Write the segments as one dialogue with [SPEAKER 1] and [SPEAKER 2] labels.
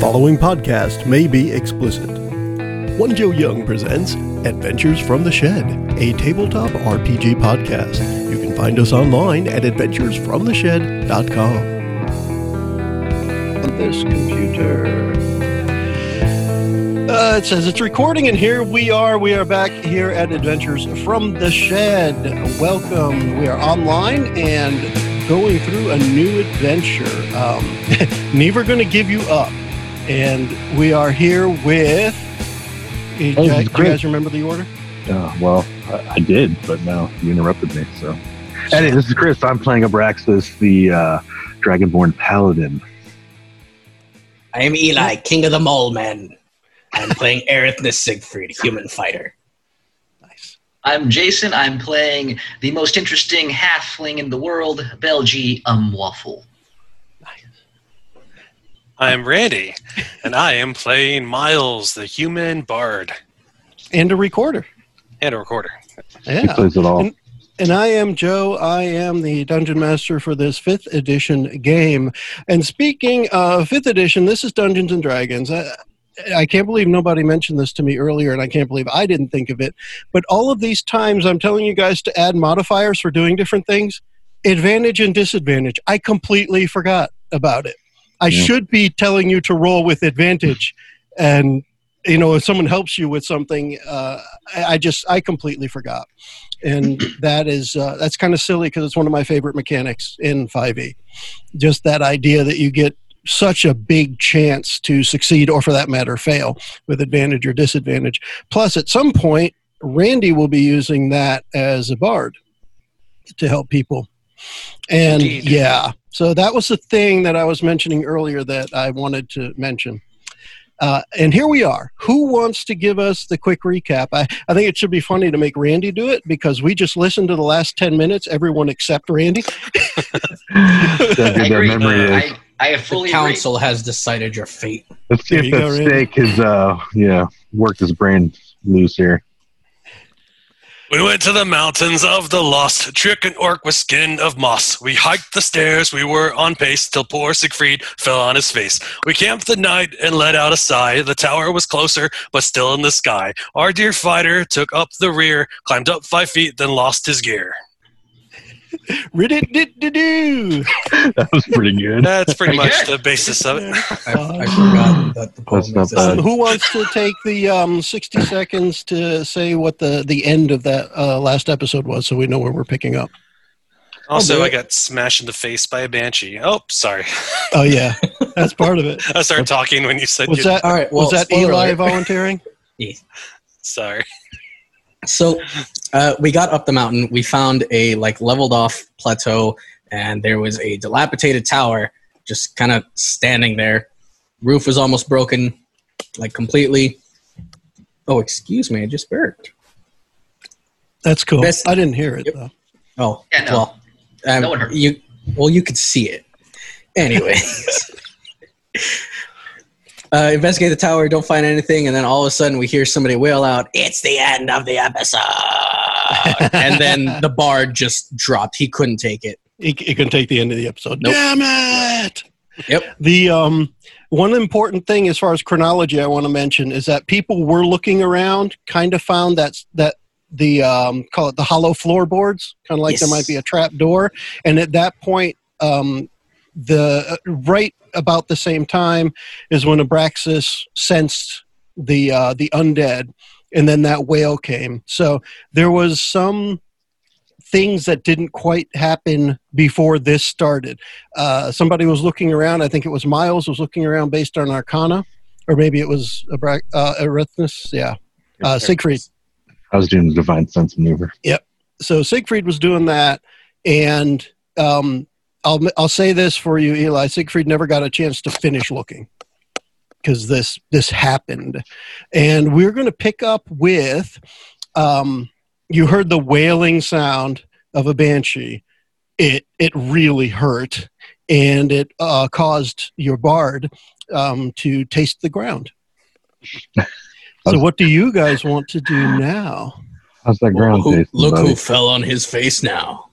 [SPEAKER 1] following podcast may be explicit. One Joe Young presents Adventures from the Shed, a tabletop RPG podcast. You can find us online at adventuresfromtheshed.com. This computer. Uh, it says it's recording, and here we are. We are back here at Adventures from the Shed. Welcome. We are online and going through a new adventure. Um, never going to give you up, and we are here with. Do you
[SPEAKER 2] Hey,
[SPEAKER 1] guys- do
[SPEAKER 2] great.
[SPEAKER 1] you guys remember the order?
[SPEAKER 2] Uh, well, I, I did, but now you interrupted me. So, anyway, this is Chris. I'm playing Abraxas, the uh, Dragonborn Paladin.
[SPEAKER 3] I am Eli, king of the mole men. I'm playing Aerith the Siegfried, human fighter.
[SPEAKER 1] Nice.
[SPEAKER 4] I'm Jason. I'm playing the most interesting halfling in the world, Belgie Umwaffle.
[SPEAKER 5] I am Randy, and I am playing Miles, the human bard
[SPEAKER 1] And a recorder.
[SPEAKER 5] and a recorder.
[SPEAKER 2] He
[SPEAKER 1] Yeah.
[SPEAKER 2] plays it all.
[SPEAKER 1] And I am Joe. I am the dungeon master for this fifth edition game. And speaking of fifth edition, this is Dungeons and Dragons. I, I can't believe nobody mentioned this to me earlier, and I can't believe I didn't think of it. But all of these times I'm telling you guys to add modifiers for doing different things, advantage and disadvantage. I completely forgot about it. I
[SPEAKER 2] Yeah.
[SPEAKER 1] should be telling you to roll with advantage. And, you know, if someone helps you with something, uh, I, I just, I completely forgot and that is uh, that's kind of silly because it's one of my favorite mechanics in 5e just that idea that you get such a big chance to succeed or for that matter fail with advantage or disadvantage plus at some point randy will be using that as a bard to help people and
[SPEAKER 5] Indeed.
[SPEAKER 1] yeah so that was the thing that i was mentioning earlier that i wanted to mention uh, and here we are. Who wants to give us the quick recap? I, I think it should be funny to make Randy do it because we just listened to the last 10 minutes, everyone except Randy.
[SPEAKER 2] That's how
[SPEAKER 4] I
[SPEAKER 2] good their
[SPEAKER 4] agree.
[SPEAKER 2] memory
[SPEAKER 1] Uh,
[SPEAKER 2] is.
[SPEAKER 4] I, I
[SPEAKER 3] The
[SPEAKER 4] fully agree.
[SPEAKER 3] council has decided your fate.
[SPEAKER 2] Let's see
[SPEAKER 1] There
[SPEAKER 2] if
[SPEAKER 1] you go,
[SPEAKER 2] that
[SPEAKER 1] Randy.
[SPEAKER 2] snake has uh, yeah worked his brain loose here.
[SPEAKER 5] We went to the mountains of the lost, trick an orc with skin of moss. We hiked the stairs, we were on pace, till poor Siegfried fell on his face. We camped the night and let out a sigh. The tower was closer, but still in the sky. Our dear fighter took up the rear, climbed up five feet, then lost his gear.
[SPEAKER 1] Rid-it-did-did-doo.
[SPEAKER 2] That was pretty good.
[SPEAKER 5] That's
[SPEAKER 4] Pretty
[SPEAKER 5] pretty much
[SPEAKER 4] good.
[SPEAKER 5] the basis of it.
[SPEAKER 3] I, I forgot that the poem
[SPEAKER 2] That's not
[SPEAKER 1] Um,
[SPEAKER 3] existed.
[SPEAKER 1] who wants to take the um, 60 seconds to say what the, the end of that uh, last episode was so we know where we're picking up?
[SPEAKER 5] Also,
[SPEAKER 1] do
[SPEAKER 5] I
[SPEAKER 1] it.
[SPEAKER 5] got smashed in the face by a banshee. Oh, sorry.
[SPEAKER 1] Oh, yeah. That's part of it.
[SPEAKER 5] I started talking when you said
[SPEAKER 1] Was
[SPEAKER 5] you
[SPEAKER 1] that,
[SPEAKER 3] All right, well,
[SPEAKER 1] was that
[SPEAKER 3] spoiler
[SPEAKER 1] Eli
[SPEAKER 3] alert.
[SPEAKER 1] volunteering?
[SPEAKER 5] Sorry.
[SPEAKER 3] So uh, we got up the mountain. We found a like leveled off plateau, and there was a dilapidated tower just kind of standing there. Roof was almost broken, like completely. Oh, excuse me, I just burped.
[SPEAKER 1] That's cool.
[SPEAKER 3] Best-
[SPEAKER 1] I didn't hear it,
[SPEAKER 3] Yep.
[SPEAKER 1] though.
[SPEAKER 3] Oh,
[SPEAKER 4] Yeah, no.
[SPEAKER 3] well, um,
[SPEAKER 4] No one heard.
[SPEAKER 3] you. Well, you could see it. Anyways, uh, investigate the tower. Don't find anything, and then all of a sudden we hear somebody wail out, "It's the end of the episode!" and then the bard just dropped. He couldn't take it.
[SPEAKER 1] It, it can take the end of the episode.
[SPEAKER 3] Nope.
[SPEAKER 1] Damn it!
[SPEAKER 3] Yep.
[SPEAKER 1] The um, one important thing as far as chronology, I want to mention is that people were looking around, kind of found that that the um, call it the hollow floorboards, kind of like there
[SPEAKER 3] Yes.
[SPEAKER 1] might be a trap door, and at that point, um, the right about the same time is when Abraxas sensed the uh, the undead, and then that whale came. So there was some things that didn't quite happen before this started. Uh, somebody was looking around. I think it was Miles was looking around based on Arcana, or maybe it was Abra- uh, Erithmus. Yeah, uh, Siegfried.
[SPEAKER 2] I was doing the divine sense maneuver.
[SPEAKER 1] So Siegfried was doing that, and um, I'll I'll say this for you, Eli. Siegfried never got a chance to finish looking because this this happened, and we're going to pick up with. Um, you heard the wailing sound of a banshee. It it really hurt, and it uh, caused your bard um, to taste the ground. so, what do you guys want to do now?
[SPEAKER 2] How's that ground
[SPEAKER 3] Who-
[SPEAKER 2] taste?
[SPEAKER 3] look
[SPEAKER 2] buddy?
[SPEAKER 3] who fell on his face now.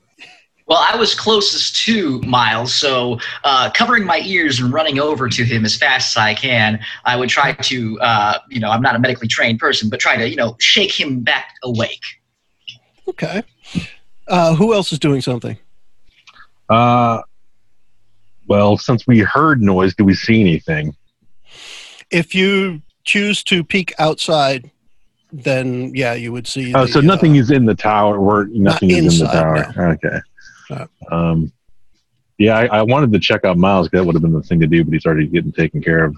[SPEAKER 4] Well, I was closest to Miles, so uh, covering my ears and running over to him as fast as I can, I would try to, uh, you know, I'm not a medically trained person, but try to, you know, shake him back awake.
[SPEAKER 1] Okay. Uh, who else is doing something?
[SPEAKER 2] Uh, well, since we heard noise, do we see anything?
[SPEAKER 1] If you choose to peek outside, then yeah, you would see.
[SPEAKER 2] Oh,
[SPEAKER 1] the,
[SPEAKER 2] so
[SPEAKER 1] uh,
[SPEAKER 2] nothing is in the tower. Or nothing is in the
[SPEAKER 1] inside,
[SPEAKER 2] tower.
[SPEAKER 1] no.
[SPEAKER 2] Okay. Um, yeah, I, I wanted to check out Miles. 'cause That would have been the thing to do, but he's already getting taken care of.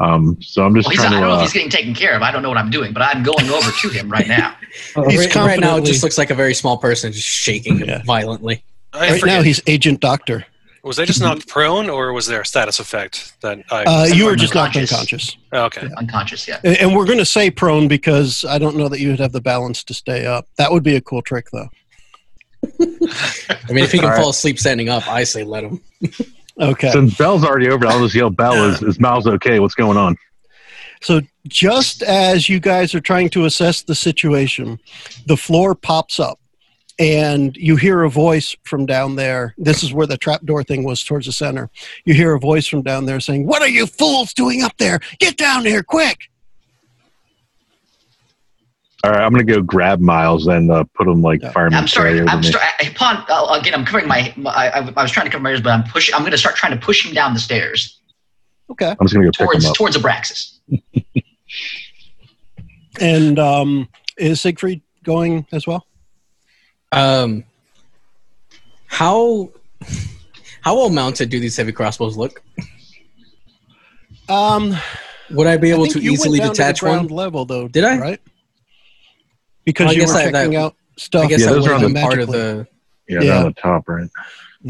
[SPEAKER 2] Um, so I'm just
[SPEAKER 4] Well, he's,
[SPEAKER 2] trying
[SPEAKER 4] I
[SPEAKER 2] to.
[SPEAKER 4] don't know if
[SPEAKER 2] Uh,
[SPEAKER 4] he's getting taken care of. I don't know what I'm doing, but I'm going over to him right now.
[SPEAKER 1] He's
[SPEAKER 3] right, right now, it
[SPEAKER 1] confidently-
[SPEAKER 3] just looks like a very small person just shaking him
[SPEAKER 1] Yeah.
[SPEAKER 3] violently.
[SPEAKER 5] I
[SPEAKER 1] right
[SPEAKER 5] forget.
[SPEAKER 1] now, he's agent doctor.
[SPEAKER 5] was I just knocked prone, or was there a status effect that I? Oh,
[SPEAKER 1] Uh, you were
[SPEAKER 4] I'm
[SPEAKER 1] just knocked
[SPEAKER 4] unconscious.
[SPEAKER 1] unconscious.
[SPEAKER 5] okay.
[SPEAKER 4] Unconscious, yeah.
[SPEAKER 1] And, and we're going to say prone because I don't know that you would have the balance to stay up. That would be a cool trick, though.
[SPEAKER 3] I mean, if he can
[SPEAKER 2] All right.
[SPEAKER 3] fall asleep standing up, I say let him.
[SPEAKER 1] Okay.
[SPEAKER 2] since Bell's already over, I'll just yell, "Bell, is, is Miles okay? What's going on?"
[SPEAKER 1] So, just as you guys are trying to assess the situation, the floor pops up and you hear a voice from down there. This is where the trapdoor thing was towards the center. You hear a voice from down there saying, What are you fools doing up there? Get down here quick.
[SPEAKER 2] All right, I'm gonna go grab Miles and uh, put him like
[SPEAKER 1] Yeah.
[SPEAKER 2] fireman
[SPEAKER 4] I'm sorry.
[SPEAKER 2] carry over
[SPEAKER 4] I'm
[SPEAKER 2] me.
[SPEAKER 4] sorry. Upon uh, again, I'm covering my. my I, I was trying to cover my ears, but I'm pushing. I'm going to start trying to push him down the stairs
[SPEAKER 1] Okay.
[SPEAKER 2] I'm just gonna go pick him
[SPEAKER 4] towards
[SPEAKER 2] up.
[SPEAKER 4] towards Abraxas.
[SPEAKER 1] And um, is Siegfried going as well?
[SPEAKER 3] Um, how how well mounted do these heavy crossbows look?
[SPEAKER 1] Um,
[SPEAKER 3] Would I be
[SPEAKER 1] I
[SPEAKER 3] able
[SPEAKER 1] think
[SPEAKER 3] to
[SPEAKER 1] you went
[SPEAKER 3] easily
[SPEAKER 1] down to the
[SPEAKER 3] detach one?
[SPEAKER 1] ground level, though.
[SPEAKER 3] Did I?
[SPEAKER 1] Right? Because
[SPEAKER 3] Well, I
[SPEAKER 1] you were
[SPEAKER 3] guess I- that-
[SPEAKER 1] checking out stuff.
[SPEAKER 3] I guess
[SPEAKER 2] Yeah,
[SPEAKER 3] I
[SPEAKER 2] those
[SPEAKER 3] would
[SPEAKER 2] are on
[SPEAKER 3] have been
[SPEAKER 1] the-
[SPEAKER 3] part of the.
[SPEAKER 2] Yeah, yeah.
[SPEAKER 1] Yeah.
[SPEAKER 2] down the top, right?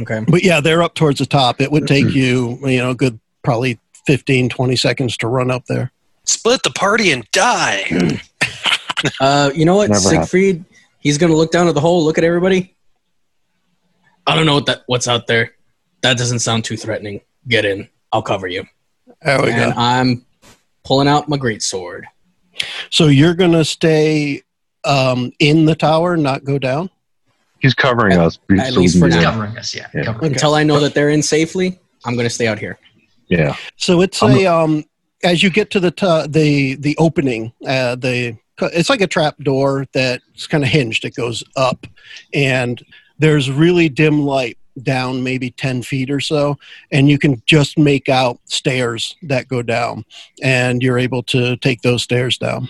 [SPEAKER 3] Okay.
[SPEAKER 1] But yeah, they're up towards the top. It would take you, you know, a good probably 15, 20 seconds to run up there.
[SPEAKER 5] Split the party and die.
[SPEAKER 3] Uh, you know what,
[SPEAKER 2] Never happened.
[SPEAKER 3] Siegfried? He's gonna look down at the hole, look at everybody. I don't know what that what's out there. That doesn't sound too threatening. Get in. I'll cover you.
[SPEAKER 2] Oh,
[SPEAKER 1] There we
[SPEAKER 3] and
[SPEAKER 1] go.
[SPEAKER 3] I'm pulling out my great sword.
[SPEAKER 1] So you're going to stay um, in the tower, not go down?
[SPEAKER 2] He's covering
[SPEAKER 3] At-
[SPEAKER 2] us. so we
[SPEAKER 3] at least
[SPEAKER 2] can
[SPEAKER 3] for
[SPEAKER 2] do
[SPEAKER 3] Yeah.
[SPEAKER 4] He's
[SPEAKER 2] that.
[SPEAKER 4] covering us. Yeah.
[SPEAKER 2] Yeah.
[SPEAKER 4] Covering.
[SPEAKER 3] Until I know that they're in safely, I'm gonna stay out here.
[SPEAKER 2] Yeah.
[SPEAKER 1] So it's
[SPEAKER 2] I'm-
[SPEAKER 1] a, um, as you get to the, to- the, the opening, uh, the, it's like a trap door that's kind of hinged. It goes up and there's really dim light down maybe 10 feet or so and you can just make out stairs that go down and you're able to take those stairs down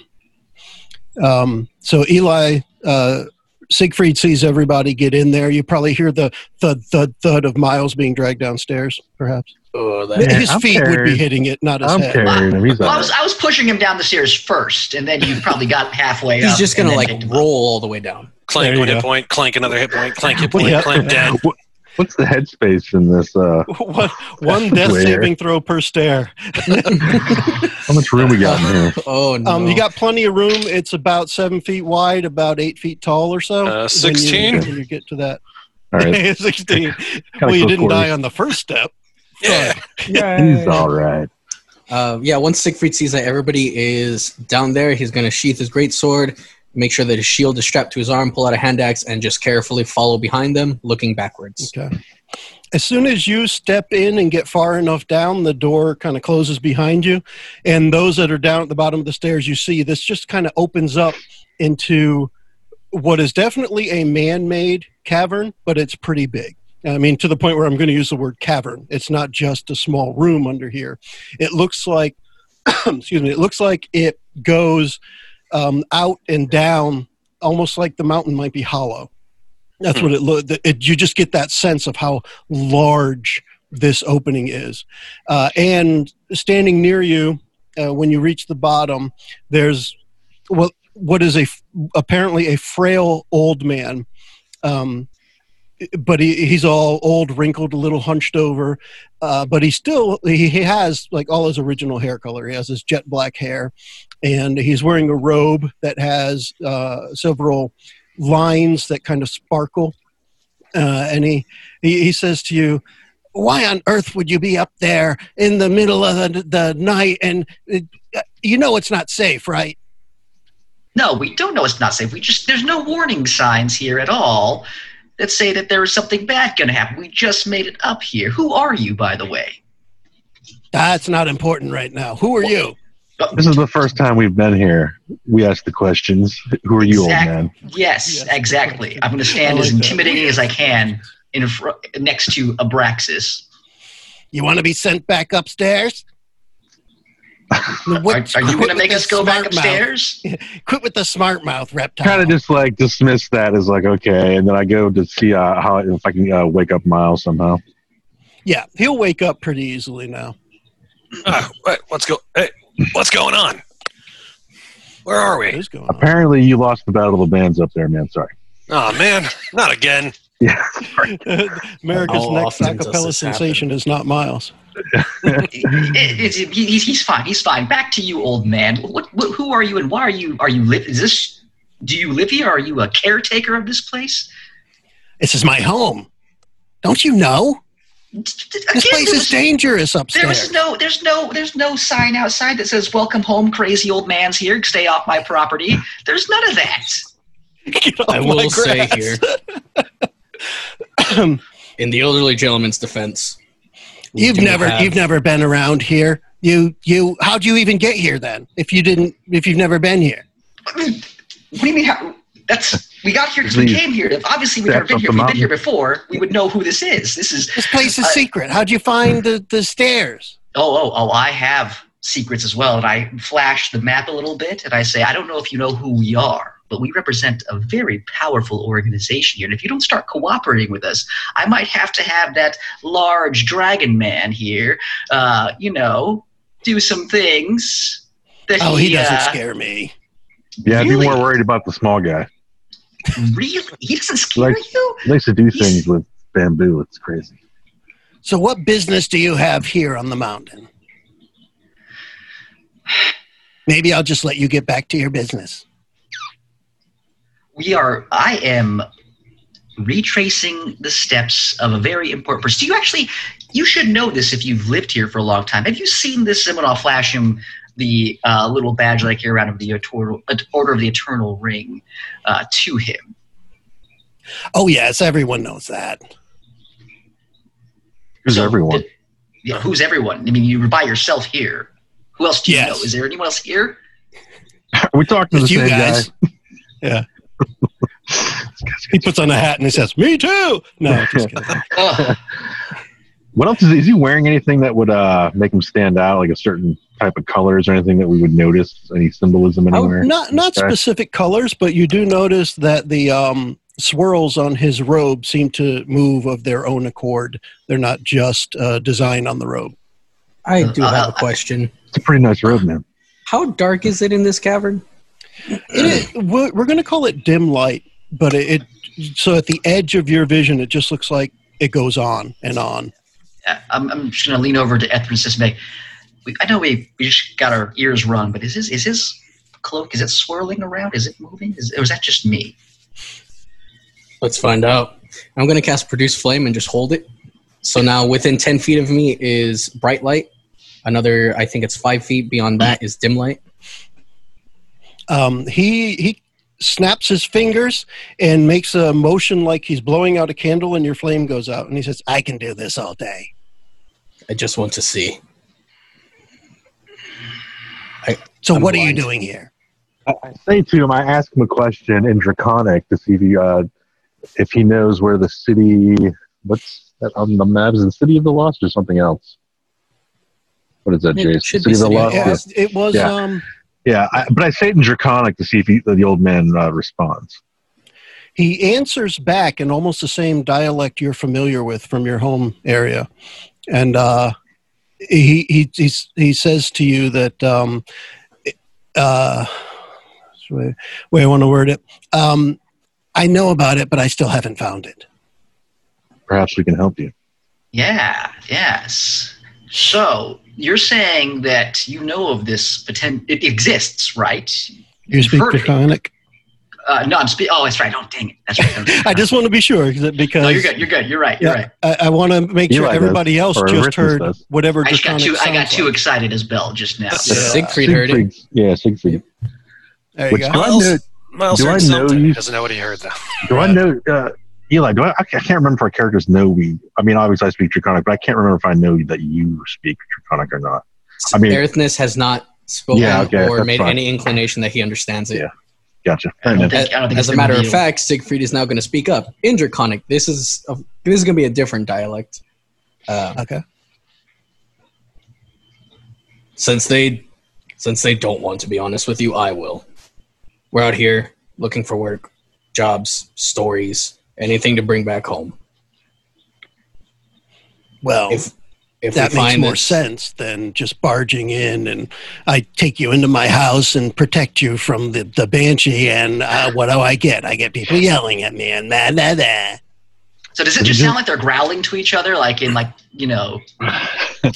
[SPEAKER 1] um, so eli uh, siegfried sees everybody get in there you probably hear the thud thud thud of miles being dragged downstairs perhaps
[SPEAKER 3] Oh,
[SPEAKER 2] Yeah,
[SPEAKER 1] his
[SPEAKER 2] I'm
[SPEAKER 1] feet would be
[SPEAKER 2] scared.
[SPEAKER 1] hitting it not his
[SPEAKER 2] I'm
[SPEAKER 1] head
[SPEAKER 2] carrying him. He's
[SPEAKER 4] Well, I
[SPEAKER 2] all
[SPEAKER 4] was, I was pushing him down the stairs first, and then you probably got halfway up.
[SPEAKER 3] He's just
[SPEAKER 4] and
[SPEAKER 3] gonna
[SPEAKER 4] then
[SPEAKER 3] like
[SPEAKER 4] picked him up.
[SPEAKER 3] roll all the way down.
[SPEAKER 5] Clank
[SPEAKER 1] There you
[SPEAKER 5] one
[SPEAKER 1] go.
[SPEAKER 5] hit point. Clank another hit point. Clank hit point.
[SPEAKER 1] Yeah.
[SPEAKER 5] Clank dead.
[SPEAKER 2] right. What- What's the headspace in this? Uh,
[SPEAKER 1] one, one death
[SPEAKER 2] Where?
[SPEAKER 1] saving throw per stair
[SPEAKER 2] how much room we got in here?
[SPEAKER 3] Oh no!
[SPEAKER 1] Um, You got plenty of room. It's about seven feet wide, about eight feet tall or so.
[SPEAKER 5] Uh,
[SPEAKER 1] when you-
[SPEAKER 5] 16?
[SPEAKER 1] When you, get to that.
[SPEAKER 2] All right.
[SPEAKER 1] 16.
[SPEAKER 2] Kinda
[SPEAKER 1] Well, you
[SPEAKER 2] close
[SPEAKER 1] didn't
[SPEAKER 2] quarters.
[SPEAKER 1] die on the first step.
[SPEAKER 5] Yeah.
[SPEAKER 2] He's all right.
[SPEAKER 3] Uh, yeah, once Siegfried sees that everybody is down there, he's going to sheath his great sword, make sure that his shield is strapped to his arm, pull out a hand axe, and just carefully follow behind them, looking backwards.
[SPEAKER 1] Okay. As soon as you step in and get far enough down, the door kind of closes behind you. And those that are down at the bottom of the stairs, you see this just kind of opens up into what is definitely a man made cavern, but it's pretty big. I mean, to the point where I'm going to use the word cavern. It's not just a small room under here. It looks like, excuse me, it looks like it goes um, out and down, almost like the mountain might be hollow. That's what it looked. It, you just get that sense of how large this opening is, uh, and standing near you uh, when you reach the bottom, there's what what is a f- apparently a frail old man, um, but he, he's all old, wrinkled, a little hunched over, uh, but he still he, he has like all his original hair color. He has his jet black hair, and he's wearing a robe that has uh, several lines that kind of sparkle. Uh, and he, he, he says to you, Why on earth would you be up there in the middle of the, the night? And it, you know it's not safe, right?
[SPEAKER 4] No, we don't know it's not safe. We just there's no warning signs here at all. that say that there is something bad going to happen. We just made it up here. Who are you, by the way?
[SPEAKER 1] That's not important right now. Who are you?
[SPEAKER 2] This is the first time we've been here. We asked the questions. Who are you,
[SPEAKER 4] Exact-
[SPEAKER 2] old man?
[SPEAKER 4] Yes,
[SPEAKER 1] Yes.
[SPEAKER 4] exactly. I'm going to stand
[SPEAKER 1] I
[SPEAKER 4] as
[SPEAKER 1] like that.
[SPEAKER 4] intimidating as I can in fr- next to Abraxas.
[SPEAKER 1] You want to be sent back upstairs?
[SPEAKER 4] Are, are you going to make us go back upstairs?
[SPEAKER 1] Quit with the smart mouth, reptile.
[SPEAKER 2] Kind of just like dismiss that as like okay, and then I go to see uh, how if I can uh, wake up Miles somehow.
[SPEAKER 1] yeah, he'll wake up pretty easily now.
[SPEAKER 5] Ah, wait, what's go? Hey, what's going on? Where are we?
[SPEAKER 1] Who's going on?
[SPEAKER 2] Apparently, you lost the battle of the bands up there, man. Sorry.
[SPEAKER 5] Oh man, not again.
[SPEAKER 2] Yeah.
[SPEAKER 1] America's
[SPEAKER 3] How
[SPEAKER 1] next
[SPEAKER 3] often does
[SPEAKER 1] acapella
[SPEAKER 3] this happen?
[SPEAKER 1] sensation is not Miles.
[SPEAKER 4] It- it's- he- he's, he's fine. He's fine. Back to you, old man. What, what, who are you, and why are you? Are you live? Is this? Do you live here? Are you a caretaker of this place?
[SPEAKER 1] This is my home. Don't you know? This
[SPEAKER 4] Again,
[SPEAKER 1] place
[SPEAKER 4] there
[SPEAKER 1] is
[SPEAKER 4] was-
[SPEAKER 1] dangerous
[SPEAKER 4] There was
[SPEAKER 1] upstairs.
[SPEAKER 4] no, there's no, there's no sign outside that says "Welcome home, crazy old man's here. Stay off my property." There's none of that.
[SPEAKER 1] Get off
[SPEAKER 3] I
[SPEAKER 1] my
[SPEAKER 3] will say
[SPEAKER 1] grass.
[SPEAKER 3] here, in the elderly gentleman's defense, we
[SPEAKER 1] You've
[SPEAKER 3] do
[SPEAKER 1] never
[SPEAKER 3] have-
[SPEAKER 1] you've never been around here. You you how'd you even get here then? If you didn't if you've never been here.
[SPEAKER 4] What do you mean? How, that's we got here because we
[SPEAKER 2] These
[SPEAKER 4] came here. If Obviously, we've never
[SPEAKER 2] steps up the
[SPEAKER 4] been here. If we've been
[SPEAKER 2] mountain.
[SPEAKER 4] here before, we would know who this is. This is
[SPEAKER 1] This place is
[SPEAKER 4] I-
[SPEAKER 1] secret. How'd you find the, the stairs?
[SPEAKER 4] oh, oh, oh. I have secrets as well, and I flash the map a little bit, and I say, I don't know if you know who we are, but we represent a very powerful organization here. And if you don't start cooperating with us, I might have to have that large dragon man here, uh, you know, do some things. That
[SPEAKER 1] Oh, he
[SPEAKER 4] uh,
[SPEAKER 1] doesn't scare me.
[SPEAKER 2] Yeah, I'd be
[SPEAKER 4] Really?
[SPEAKER 2] more worried about the small guy.
[SPEAKER 4] Really, he doesn't scare
[SPEAKER 2] Like-
[SPEAKER 4] you.
[SPEAKER 2] He likes to do
[SPEAKER 4] He's-
[SPEAKER 2] things with bamboo. It's crazy.
[SPEAKER 1] So what business do you have here on the mountain? Maybe I'll just let you get back to your business.
[SPEAKER 4] we are i am retracing the steps of a very important person do you actually you should know this if you've lived here for a long time have you seen this and when i'll flash him the uh, little badge like here around of the eternal, uh, order of the eternal ring uh, to him
[SPEAKER 1] Oh yes, everyone knows that.
[SPEAKER 2] Who's
[SPEAKER 4] So,
[SPEAKER 2] everyone?
[SPEAKER 4] th- yeah, who's everyone i mean you were by yourself here who else do you
[SPEAKER 1] Yes.
[SPEAKER 4] know is there anyone else here
[SPEAKER 2] we talked to the
[SPEAKER 1] It's you
[SPEAKER 2] same
[SPEAKER 1] guys.
[SPEAKER 2] guy.
[SPEAKER 1] Yeah. He puts on a hat and he says, Me too. No, just kidding.
[SPEAKER 4] Ugh.
[SPEAKER 2] What else is, is he wearing? Anything that would uh, make him stand out, like a certain type of colors or anything that we would notice? Any symbolism
[SPEAKER 1] Oh,
[SPEAKER 2] anywhere?
[SPEAKER 1] not not
[SPEAKER 2] Okay.
[SPEAKER 1] specific colors, but you do notice that the um, swirls on his robe seem to move of their own accord. They're not just uh, design on the robe.
[SPEAKER 3] I do have a question.
[SPEAKER 2] It's a pretty nice robe, man.
[SPEAKER 3] How dark is it in this cavern?
[SPEAKER 1] It is, we're we're going to call it dim light, but it, it so at the edge of your vision, it just looks like it goes on and on.
[SPEAKER 4] Yeah, Uh, I'm, I'm just going to lean over to Ethrin and say, we, I know we, we just got our ears run, but is his, is his cloak, is it swirling around? Is it moving? Is, or is that just me?
[SPEAKER 3] Let's find out. I'm going to cast Produce Flame and just hold it. So now within 10 feet of me is Bright Light. Another, I think it's five feet beyond that is Dim Light.
[SPEAKER 1] Um, he he snaps his fingers and makes a motion like he's blowing out a candle, and your flame goes out. And he says, "I can do this all day."
[SPEAKER 3] I just want to see.
[SPEAKER 1] So
[SPEAKER 3] I'm
[SPEAKER 1] what are you
[SPEAKER 3] blind.
[SPEAKER 1] doing here?
[SPEAKER 2] I, I say to him, I ask him a question in Draconic to see if he, uh, if he knows where the city. What's that on the map? Is it the city of the lost or something else? What is that,
[SPEAKER 3] It
[SPEAKER 2] Jason?
[SPEAKER 3] should be City of the
[SPEAKER 1] Yeah,
[SPEAKER 2] Yeah,
[SPEAKER 3] Lost.
[SPEAKER 1] it was.
[SPEAKER 2] Yeah.
[SPEAKER 1] Um,
[SPEAKER 2] Yeah, I, but I say it in Draconic to see if he, the old man uh, responds.
[SPEAKER 1] He answers back in almost the same dialect you're familiar with from your home area, and uh, he he he's, he says to you that um, uh, way, way I want to word it. Um, I know about it, but I still haven't found it.
[SPEAKER 2] Perhaps we can help you.
[SPEAKER 4] Yeah, yes. So you're saying that you know of this potential, it exists, right?
[SPEAKER 1] You speak
[SPEAKER 4] Perfect.
[SPEAKER 1] Draconic.
[SPEAKER 4] Uh, no, I'm speaking, oh, that's right. Oh, dang it. That's right.
[SPEAKER 1] I just want to be sure 'cause- because
[SPEAKER 4] no, you're good. You're good. You're right. You're
[SPEAKER 1] Yeah,
[SPEAKER 4] right.
[SPEAKER 1] I, I want to make
[SPEAKER 2] Eli
[SPEAKER 1] sure
[SPEAKER 2] does,
[SPEAKER 1] everybody else
[SPEAKER 2] or
[SPEAKER 1] just
[SPEAKER 2] Rictus
[SPEAKER 1] heard
[SPEAKER 2] does.
[SPEAKER 1] whatever
[SPEAKER 4] I just got
[SPEAKER 1] Draconic
[SPEAKER 4] too, I got
[SPEAKER 1] sounds
[SPEAKER 4] too
[SPEAKER 1] like.
[SPEAKER 4] excited as Bell just now.
[SPEAKER 5] Yeah.
[SPEAKER 3] Siegfried heard it.
[SPEAKER 2] Siegfried- Yeah, Siegfried.
[SPEAKER 1] There you
[SPEAKER 2] Which
[SPEAKER 1] go.
[SPEAKER 2] do I
[SPEAKER 5] Miles,
[SPEAKER 2] know?
[SPEAKER 5] Miles
[SPEAKER 2] do
[SPEAKER 5] heard
[SPEAKER 2] I know
[SPEAKER 5] something.
[SPEAKER 2] you-
[SPEAKER 5] Doesn't know what he heard though.
[SPEAKER 2] Do I know? Uh, Eli, do I, I can't remember if our characters know we. I mean, obviously I speak Draconic, but I can't remember if I know that you speak Draconic or not. I mean-
[SPEAKER 3] Aerithnis has not spoken
[SPEAKER 2] Yeah, okay,
[SPEAKER 3] or
[SPEAKER 2] that's
[SPEAKER 3] made
[SPEAKER 2] fine.
[SPEAKER 3] any inclination that he understands it.
[SPEAKER 2] Yeah. Gotcha.
[SPEAKER 4] I don't think, I don't think
[SPEAKER 3] As
[SPEAKER 4] it's
[SPEAKER 3] a
[SPEAKER 4] been
[SPEAKER 3] matter of
[SPEAKER 4] revealed.
[SPEAKER 3] fact, Siegfried is now going to speak up in Draconic. This is a, this is going to be a different dialect, Um
[SPEAKER 1] Okay.
[SPEAKER 3] since they since they don't want to be honest with you. I will. We're out here looking for work, jobs, stories, anything to bring back home.
[SPEAKER 1] Well,
[SPEAKER 3] If if
[SPEAKER 1] that makes
[SPEAKER 3] we find
[SPEAKER 1] more
[SPEAKER 3] that-
[SPEAKER 1] sense than just barging in and I take you into my house and protect you from the, the banshee. And uh, what do I get? I get people yelling at me and da da da.
[SPEAKER 4] So does it just sound like they're growling to each other, like in like you know?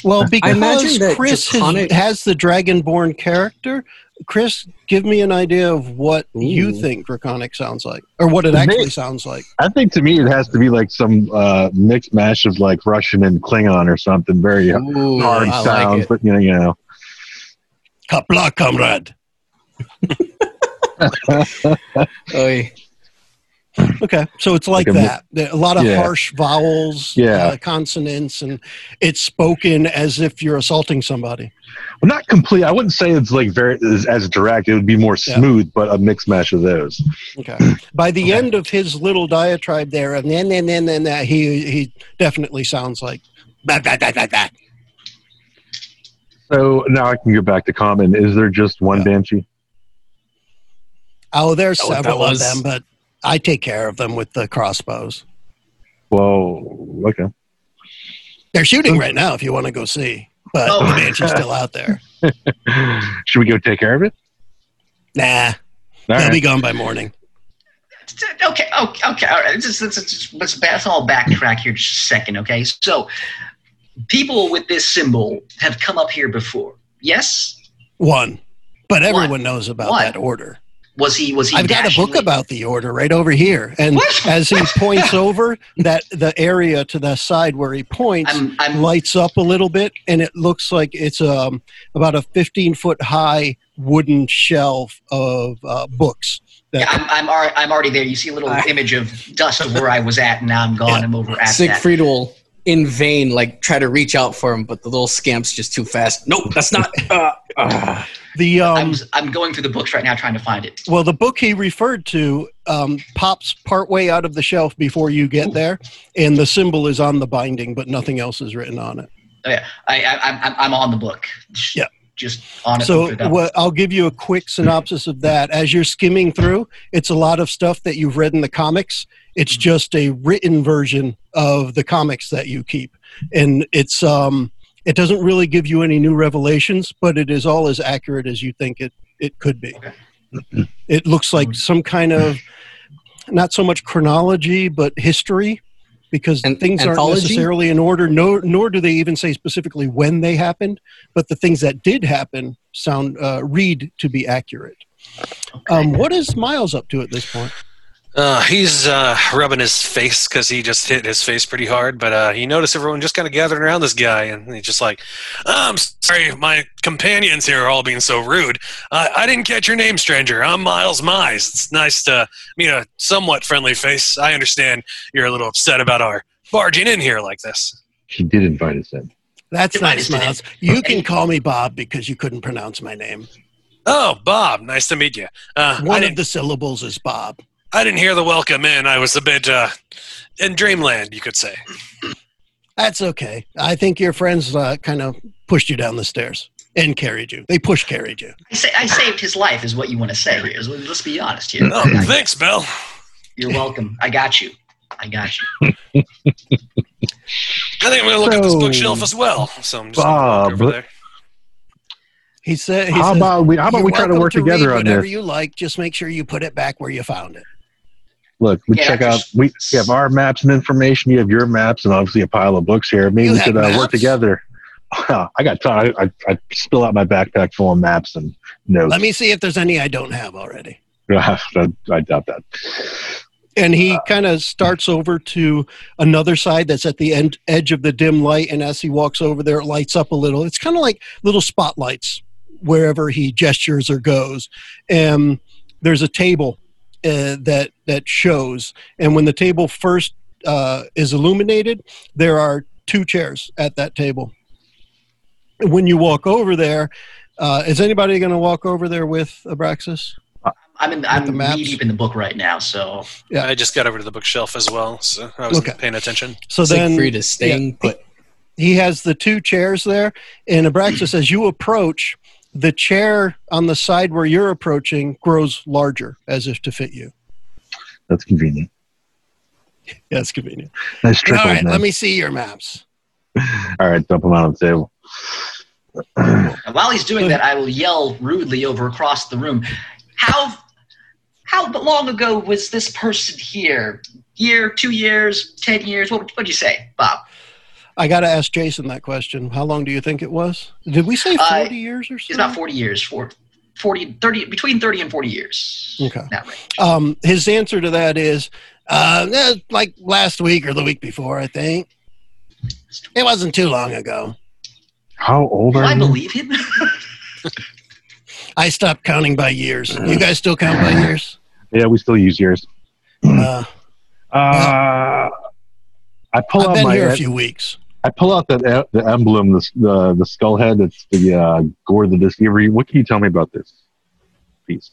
[SPEAKER 1] Well, because
[SPEAKER 3] imagine that
[SPEAKER 1] Chris has,
[SPEAKER 3] Draconic-
[SPEAKER 1] has the dragonborn character, Chris, give me an idea of what you
[SPEAKER 3] Ooh.
[SPEAKER 1] think Draconic sounds like, or what it
[SPEAKER 2] May-
[SPEAKER 1] actually sounds like.
[SPEAKER 2] I think to me it has to be like some uh, mixed mash of like Russian and Klingon or something. Very
[SPEAKER 3] Ooh,
[SPEAKER 2] hard
[SPEAKER 3] I like
[SPEAKER 2] sounds,
[SPEAKER 3] it.
[SPEAKER 2] but you know, you know.
[SPEAKER 1] Kapla, comrade.
[SPEAKER 3] Oy.
[SPEAKER 1] Okay, so it's like
[SPEAKER 2] Like a mi-
[SPEAKER 1] that. There- A lot of
[SPEAKER 2] Yeah.
[SPEAKER 1] harsh vowels,
[SPEAKER 2] Yeah.
[SPEAKER 1] uh, consonants, and it's spoken as if you're assaulting somebody.
[SPEAKER 2] Well, not complete. I wouldn't say it's like very as, as direct. It would be more
[SPEAKER 1] Yeah.
[SPEAKER 2] smooth, but a mixed mash of those.
[SPEAKER 1] Okay. By the end of his little diatribe there, and then then then then that he he definitely sounds like "Bah, bah, bah, bah, bah."
[SPEAKER 2] So now I can go back to common. Is there just one
[SPEAKER 1] Yeah.
[SPEAKER 2] banshee?
[SPEAKER 1] Oh, there's
[SPEAKER 3] Know what that
[SPEAKER 1] several of
[SPEAKER 3] was?
[SPEAKER 1] them, but I take care of them with the crossbows.
[SPEAKER 2] Well, okay.
[SPEAKER 1] They're shooting right now. If you want to go see, but
[SPEAKER 4] Oh.
[SPEAKER 1] the banshee's still out there.
[SPEAKER 2] Should we go take care of it?
[SPEAKER 1] Nah,
[SPEAKER 2] All
[SPEAKER 1] they'll
[SPEAKER 2] right.
[SPEAKER 1] be gone by morning.
[SPEAKER 4] Okay, okay, okay. All right. Let's, let's, let's, let's, let's all backtrack here just a second, okay? So, people with this symbol have come up here before. Yes,
[SPEAKER 1] One, but
[SPEAKER 4] One.
[SPEAKER 1] everyone knows about
[SPEAKER 4] One.
[SPEAKER 1] that order.
[SPEAKER 4] was he? Was he?
[SPEAKER 1] I've got a book
[SPEAKER 4] dashingly-
[SPEAKER 1] about the order right over here, and
[SPEAKER 4] What?
[SPEAKER 1] as he points over that the area to the side where he points,
[SPEAKER 4] I'm, I'm
[SPEAKER 1] lights up a little bit and it looks like it's um, about a 15 foot high wooden shelf of uh, books
[SPEAKER 4] Yeah,
[SPEAKER 1] that
[SPEAKER 4] I'm, I'm, alre- I'm already there. You see a little
[SPEAKER 3] Ah.
[SPEAKER 4] image of dust of where I was at, and now I'm gone. I'm over at that.
[SPEAKER 3] Siegfried will in vain like try to reach out for him, but the little scamp's just too fast. Nope, that's not. Uh, uh.
[SPEAKER 1] the um,
[SPEAKER 4] I'm, I'm going through the books right now trying to find it.
[SPEAKER 1] well the book he referred to um, pops partway out of the shelf before you get
[SPEAKER 4] Ooh.
[SPEAKER 1] there and the symbol is on the binding but nothing else is written on it
[SPEAKER 4] Oh, I, I, I'm- I'm, I'm on the book.
[SPEAKER 1] Yeah.
[SPEAKER 4] Just on it.
[SPEAKER 1] so
[SPEAKER 4] with that.
[SPEAKER 1] what, i'll give you a quick synopsis of that as you're skimming through it's a lot of stuff that you've read in the comics it's just a written version of the comics that you keep and it's um it doesn't really give you any new revelations but it is all as accurate as you think it it could be
[SPEAKER 4] Okay.
[SPEAKER 1] it looks like some kind of not so much chronology but history because
[SPEAKER 3] An-
[SPEAKER 1] things aren't
[SPEAKER 3] anthology?
[SPEAKER 1] necessarily in order nor, nor do they even say specifically when they happened but the things that did happen sound uh, read to be accurate um, what is miles up to at this point
[SPEAKER 5] Uh, he's uh, rubbing his face because he just hit his face pretty hard. But uh, he noticed everyone just kind of gathering around this guy, and he's just like, "I'm sorry, my companions here are all being so rude. I I didn't catch your name, stranger. I'm Miles Mize. It's nice to meet a somewhat friendly face. I understand you're a little upset about our barging in here like this.
[SPEAKER 2] She did invite us in.
[SPEAKER 1] that's
[SPEAKER 4] It might
[SPEAKER 1] nice
[SPEAKER 4] have been
[SPEAKER 1] miles you can call me bob because you couldn't pronounce my name
[SPEAKER 5] Oh, Bob, nice to meet you. Uh, I
[SPEAKER 1] one
[SPEAKER 5] didn't
[SPEAKER 1] of the syllables is bob
[SPEAKER 5] I didn't hear the welcome in. I was a bit uh, in dreamland, you could say.
[SPEAKER 1] that's okay i think your friends uh, kind of pushed you down the stairs and carried you they push carried you
[SPEAKER 4] I, say, I saved his life, is what you want to say here. Is- Let's be honest here.
[SPEAKER 5] Oh, thanks, Bill.
[SPEAKER 4] You're welcome. I got you. I got you.
[SPEAKER 5] I think I'm going to look at this
[SPEAKER 2] So,
[SPEAKER 5] bookshelf as well. So I'm just gonna
[SPEAKER 2] Bob,
[SPEAKER 5] walk over there.
[SPEAKER 1] he said he
[SPEAKER 2] how
[SPEAKER 1] says,
[SPEAKER 2] about we? How about
[SPEAKER 1] "You're
[SPEAKER 2] we try to
[SPEAKER 1] welcome
[SPEAKER 2] work together
[SPEAKER 1] read
[SPEAKER 2] on
[SPEAKER 1] whatever
[SPEAKER 2] this?
[SPEAKER 1] you like just make sure you put it back where you found it
[SPEAKER 2] Look, we
[SPEAKER 4] Yeah,
[SPEAKER 2] check out. We, we have our maps and information. You have your maps, and obviously a pile of books here. Maybe
[SPEAKER 1] You
[SPEAKER 2] we
[SPEAKER 1] have
[SPEAKER 2] could uh,
[SPEAKER 1] maps?
[SPEAKER 2] work together. I got time. I, I, I spill out my backpack full of maps and notes.
[SPEAKER 1] let me see if there's any i don't have already
[SPEAKER 2] I, I doubt that.
[SPEAKER 1] and he kind of starts over to another side that's at the end edge of the dim light and as he walks over there it lights up a little it's kind of like little spotlights wherever he gestures or goes and there's a table uh, that that shows. And when the table first uh, is illuminated, there are two chairs at that table. When you walk over there, uh, is anybody going to walk over there with Abraxas?
[SPEAKER 4] I'm in.
[SPEAKER 1] the
[SPEAKER 4] I'm
[SPEAKER 1] maps.
[SPEAKER 4] knee deep in the book right now, so
[SPEAKER 1] Yeah.
[SPEAKER 5] I just got over to the bookshelf as well, so I was
[SPEAKER 1] Okay.
[SPEAKER 5] not paying attention.
[SPEAKER 1] So then
[SPEAKER 3] Siegfried is staying put.
[SPEAKER 1] he has the two chairs there and abraxas as you approach the chair on the side where you're approaching grows larger as if to fit you
[SPEAKER 2] That's convenient.
[SPEAKER 1] yeah it's convenient
[SPEAKER 2] Nice trick,
[SPEAKER 1] all
[SPEAKER 2] old
[SPEAKER 1] right
[SPEAKER 2] man.
[SPEAKER 1] let me see your maps
[SPEAKER 2] All right, dump them out on the table.
[SPEAKER 4] And while he's doing that, I will yell rudely over across the room. How how long ago was this person here? Year, two years, ten years? What what'd you say, Bob?
[SPEAKER 1] i gotta ask jason that question how long do you think it was did we say 40
[SPEAKER 4] Uh,
[SPEAKER 1] years or so
[SPEAKER 4] It's about forty years. For 40, 30, between thirty and forty years.
[SPEAKER 1] Okay.
[SPEAKER 4] That range.
[SPEAKER 1] um, his answer to that is uh, eh, like last week or the week before i think it wasn't too long ago
[SPEAKER 2] How old
[SPEAKER 4] Do
[SPEAKER 2] are
[SPEAKER 4] I
[SPEAKER 2] you?
[SPEAKER 4] believe him?
[SPEAKER 1] i stopped counting by years you guys still count by years
[SPEAKER 2] yeah, we still use yours.
[SPEAKER 1] uh,
[SPEAKER 2] Uh, I pull
[SPEAKER 1] i've
[SPEAKER 2] out
[SPEAKER 1] been
[SPEAKER 2] my.
[SPEAKER 1] here a
[SPEAKER 2] uh,
[SPEAKER 1] few weeks
[SPEAKER 2] I pull out that e- the emblem, the s- the, the skull head. It's the uh, gore of the deceiver. What can you tell me about this piece?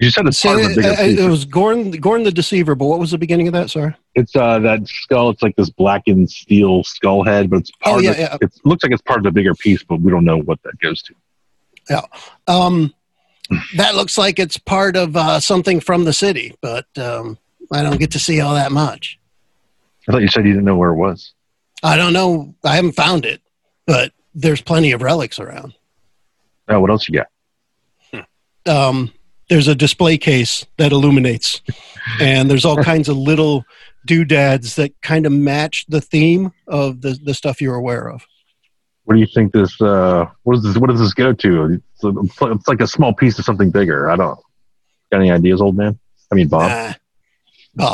[SPEAKER 2] You said it's
[SPEAKER 1] So uh,
[SPEAKER 2] part of a
[SPEAKER 1] it,
[SPEAKER 2] bigger
[SPEAKER 1] it-
[SPEAKER 2] piece.
[SPEAKER 1] it was Gorn, Gorn the Deceiver, but what was the beginning of that, sir?
[SPEAKER 2] it's uh, that skull. It's like this blackened steel skull head, but it's
[SPEAKER 1] Oh,
[SPEAKER 2] part.
[SPEAKER 1] yeah,
[SPEAKER 2] of,
[SPEAKER 1] yeah.
[SPEAKER 2] It looks like it's part of a bigger piece, but we don't know what that goes to.
[SPEAKER 1] Um, that looks like it's part of uh, something from the city, but um, I don't get to see all that much.
[SPEAKER 2] I thought you said you didn't know where it was.
[SPEAKER 1] I don't know. I haven't found it, but there's plenty of relics around.
[SPEAKER 2] Oh, what else you got?
[SPEAKER 1] Um, there's a display case that illuminates, and there's all kinds of little doodads that kind of match the theme of the, the stuff you're aware of.
[SPEAKER 2] What do you think this? Uh, what is this? What does this go to? It's, a- it's like a small piece of something bigger. I don't. Got any ideas, old man? I mean, Bob.
[SPEAKER 1] Nah. Ah,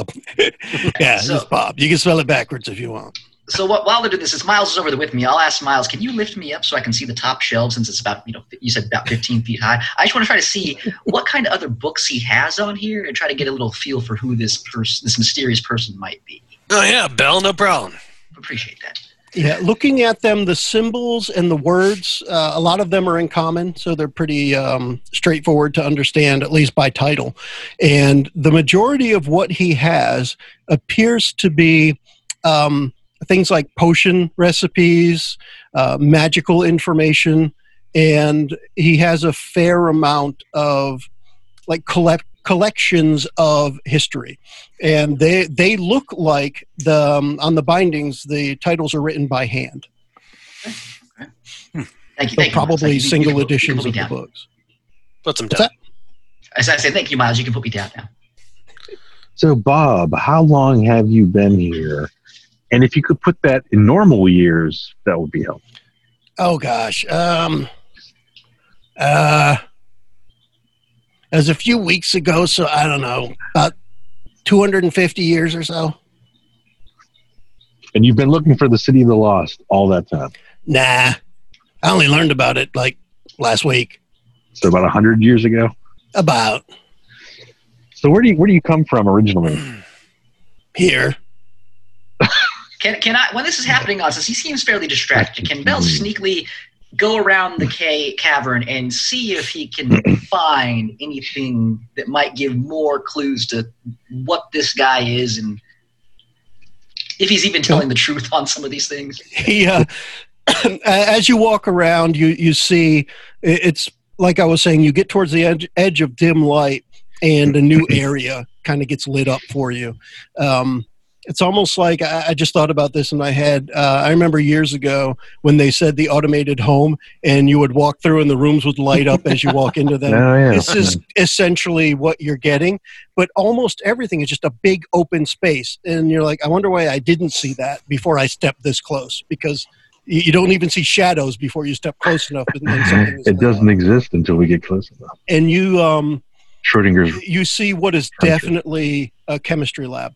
[SPEAKER 1] Bob. yeah,
[SPEAKER 4] So-
[SPEAKER 1] it's Bob. You can spell it backwards if you want.
[SPEAKER 4] so what, while they're doing this, since Miles is over there with me, I'll ask Miles, can you lift me up so I can see the top shelf since it's about, you know, you said about 15 feet high. I just want to try to see what kind of other books he has on here and try to get a little feel for who this person, this mysterious person might be.
[SPEAKER 5] Oh yeah, Bell no Brown.
[SPEAKER 4] Appreciate that.
[SPEAKER 1] Yeah, looking at them, the symbols and the words, uh, a lot of them are in common, so they're pretty um, straightforward to understand, at least by title. And the majority of what he has appears to be um, things like potion recipes, uh, magical information, and he has a fair amount of like collect collections of history and they they look like the um, on the bindings the titles are written by hand
[SPEAKER 4] Thank you.
[SPEAKER 1] so
[SPEAKER 4] Thank you, Miles. Thank
[SPEAKER 1] probably
[SPEAKER 4] you. You can
[SPEAKER 1] single
[SPEAKER 4] put- you can
[SPEAKER 1] editions
[SPEAKER 4] put
[SPEAKER 1] of
[SPEAKER 4] me
[SPEAKER 1] the
[SPEAKER 4] down.
[SPEAKER 1] books
[SPEAKER 5] Put some
[SPEAKER 1] What's
[SPEAKER 5] down.
[SPEAKER 4] As I say, thank you, Miles. You can put me down now.
[SPEAKER 2] So, Bob, how long have you been here? And if you could put that in normal years, that would be helpful.
[SPEAKER 1] oh gosh um uh as a few weeks ago so i don't know about 250 years or so
[SPEAKER 2] And you've been looking for the City of the Lost all that time.
[SPEAKER 1] nah i only learned about it like last week
[SPEAKER 2] So, about 100 years ago.
[SPEAKER 1] about
[SPEAKER 2] So, where do you, where do you come from originally?
[SPEAKER 1] Hmm, here
[SPEAKER 4] Can, can I, when this is happening on us, he seems fairly distracted. Can Bell
[SPEAKER 1] Mm-hmm.
[SPEAKER 4] sneakily go around the K cavern and see if he can find anything that might give more clues to what this guy is and if he's even telling the truth on some of these things?
[SPEAKER 1] he uh, as you walk around you you see i- it's like i was saying you get towards the edge, edge of dim light and a new area kind of gets lit up for you um, it's almost like I, I just thought about this in my head uh, i remember years ago when they said the automated home and you would walk through and the rooms would light up as you walk into them
[SPEAKER 2] oh, yeah.
[SPEAKER 1] this is essentially what you're getting but almost everything is just a big open space and you're like i wonder why i didn't see that before i stepped this close because you you don't even see shadows before you step close enough and, and something is
[SPEAKER 2] Mm-hmm. it
[SPEAKER 1] lit
[SPEAKER 2] doesn't
[SPEAKER 1] up.
[SPEAKER 2] exist until we get close enough.
[SPEAKER 1] and you um
[SPEAKER 2] Schrodinger's.
[SPEAKER 1] you see what is
[SPEAKER 2] Friendship.
[SPEAKER 1] definitely a chemistry lab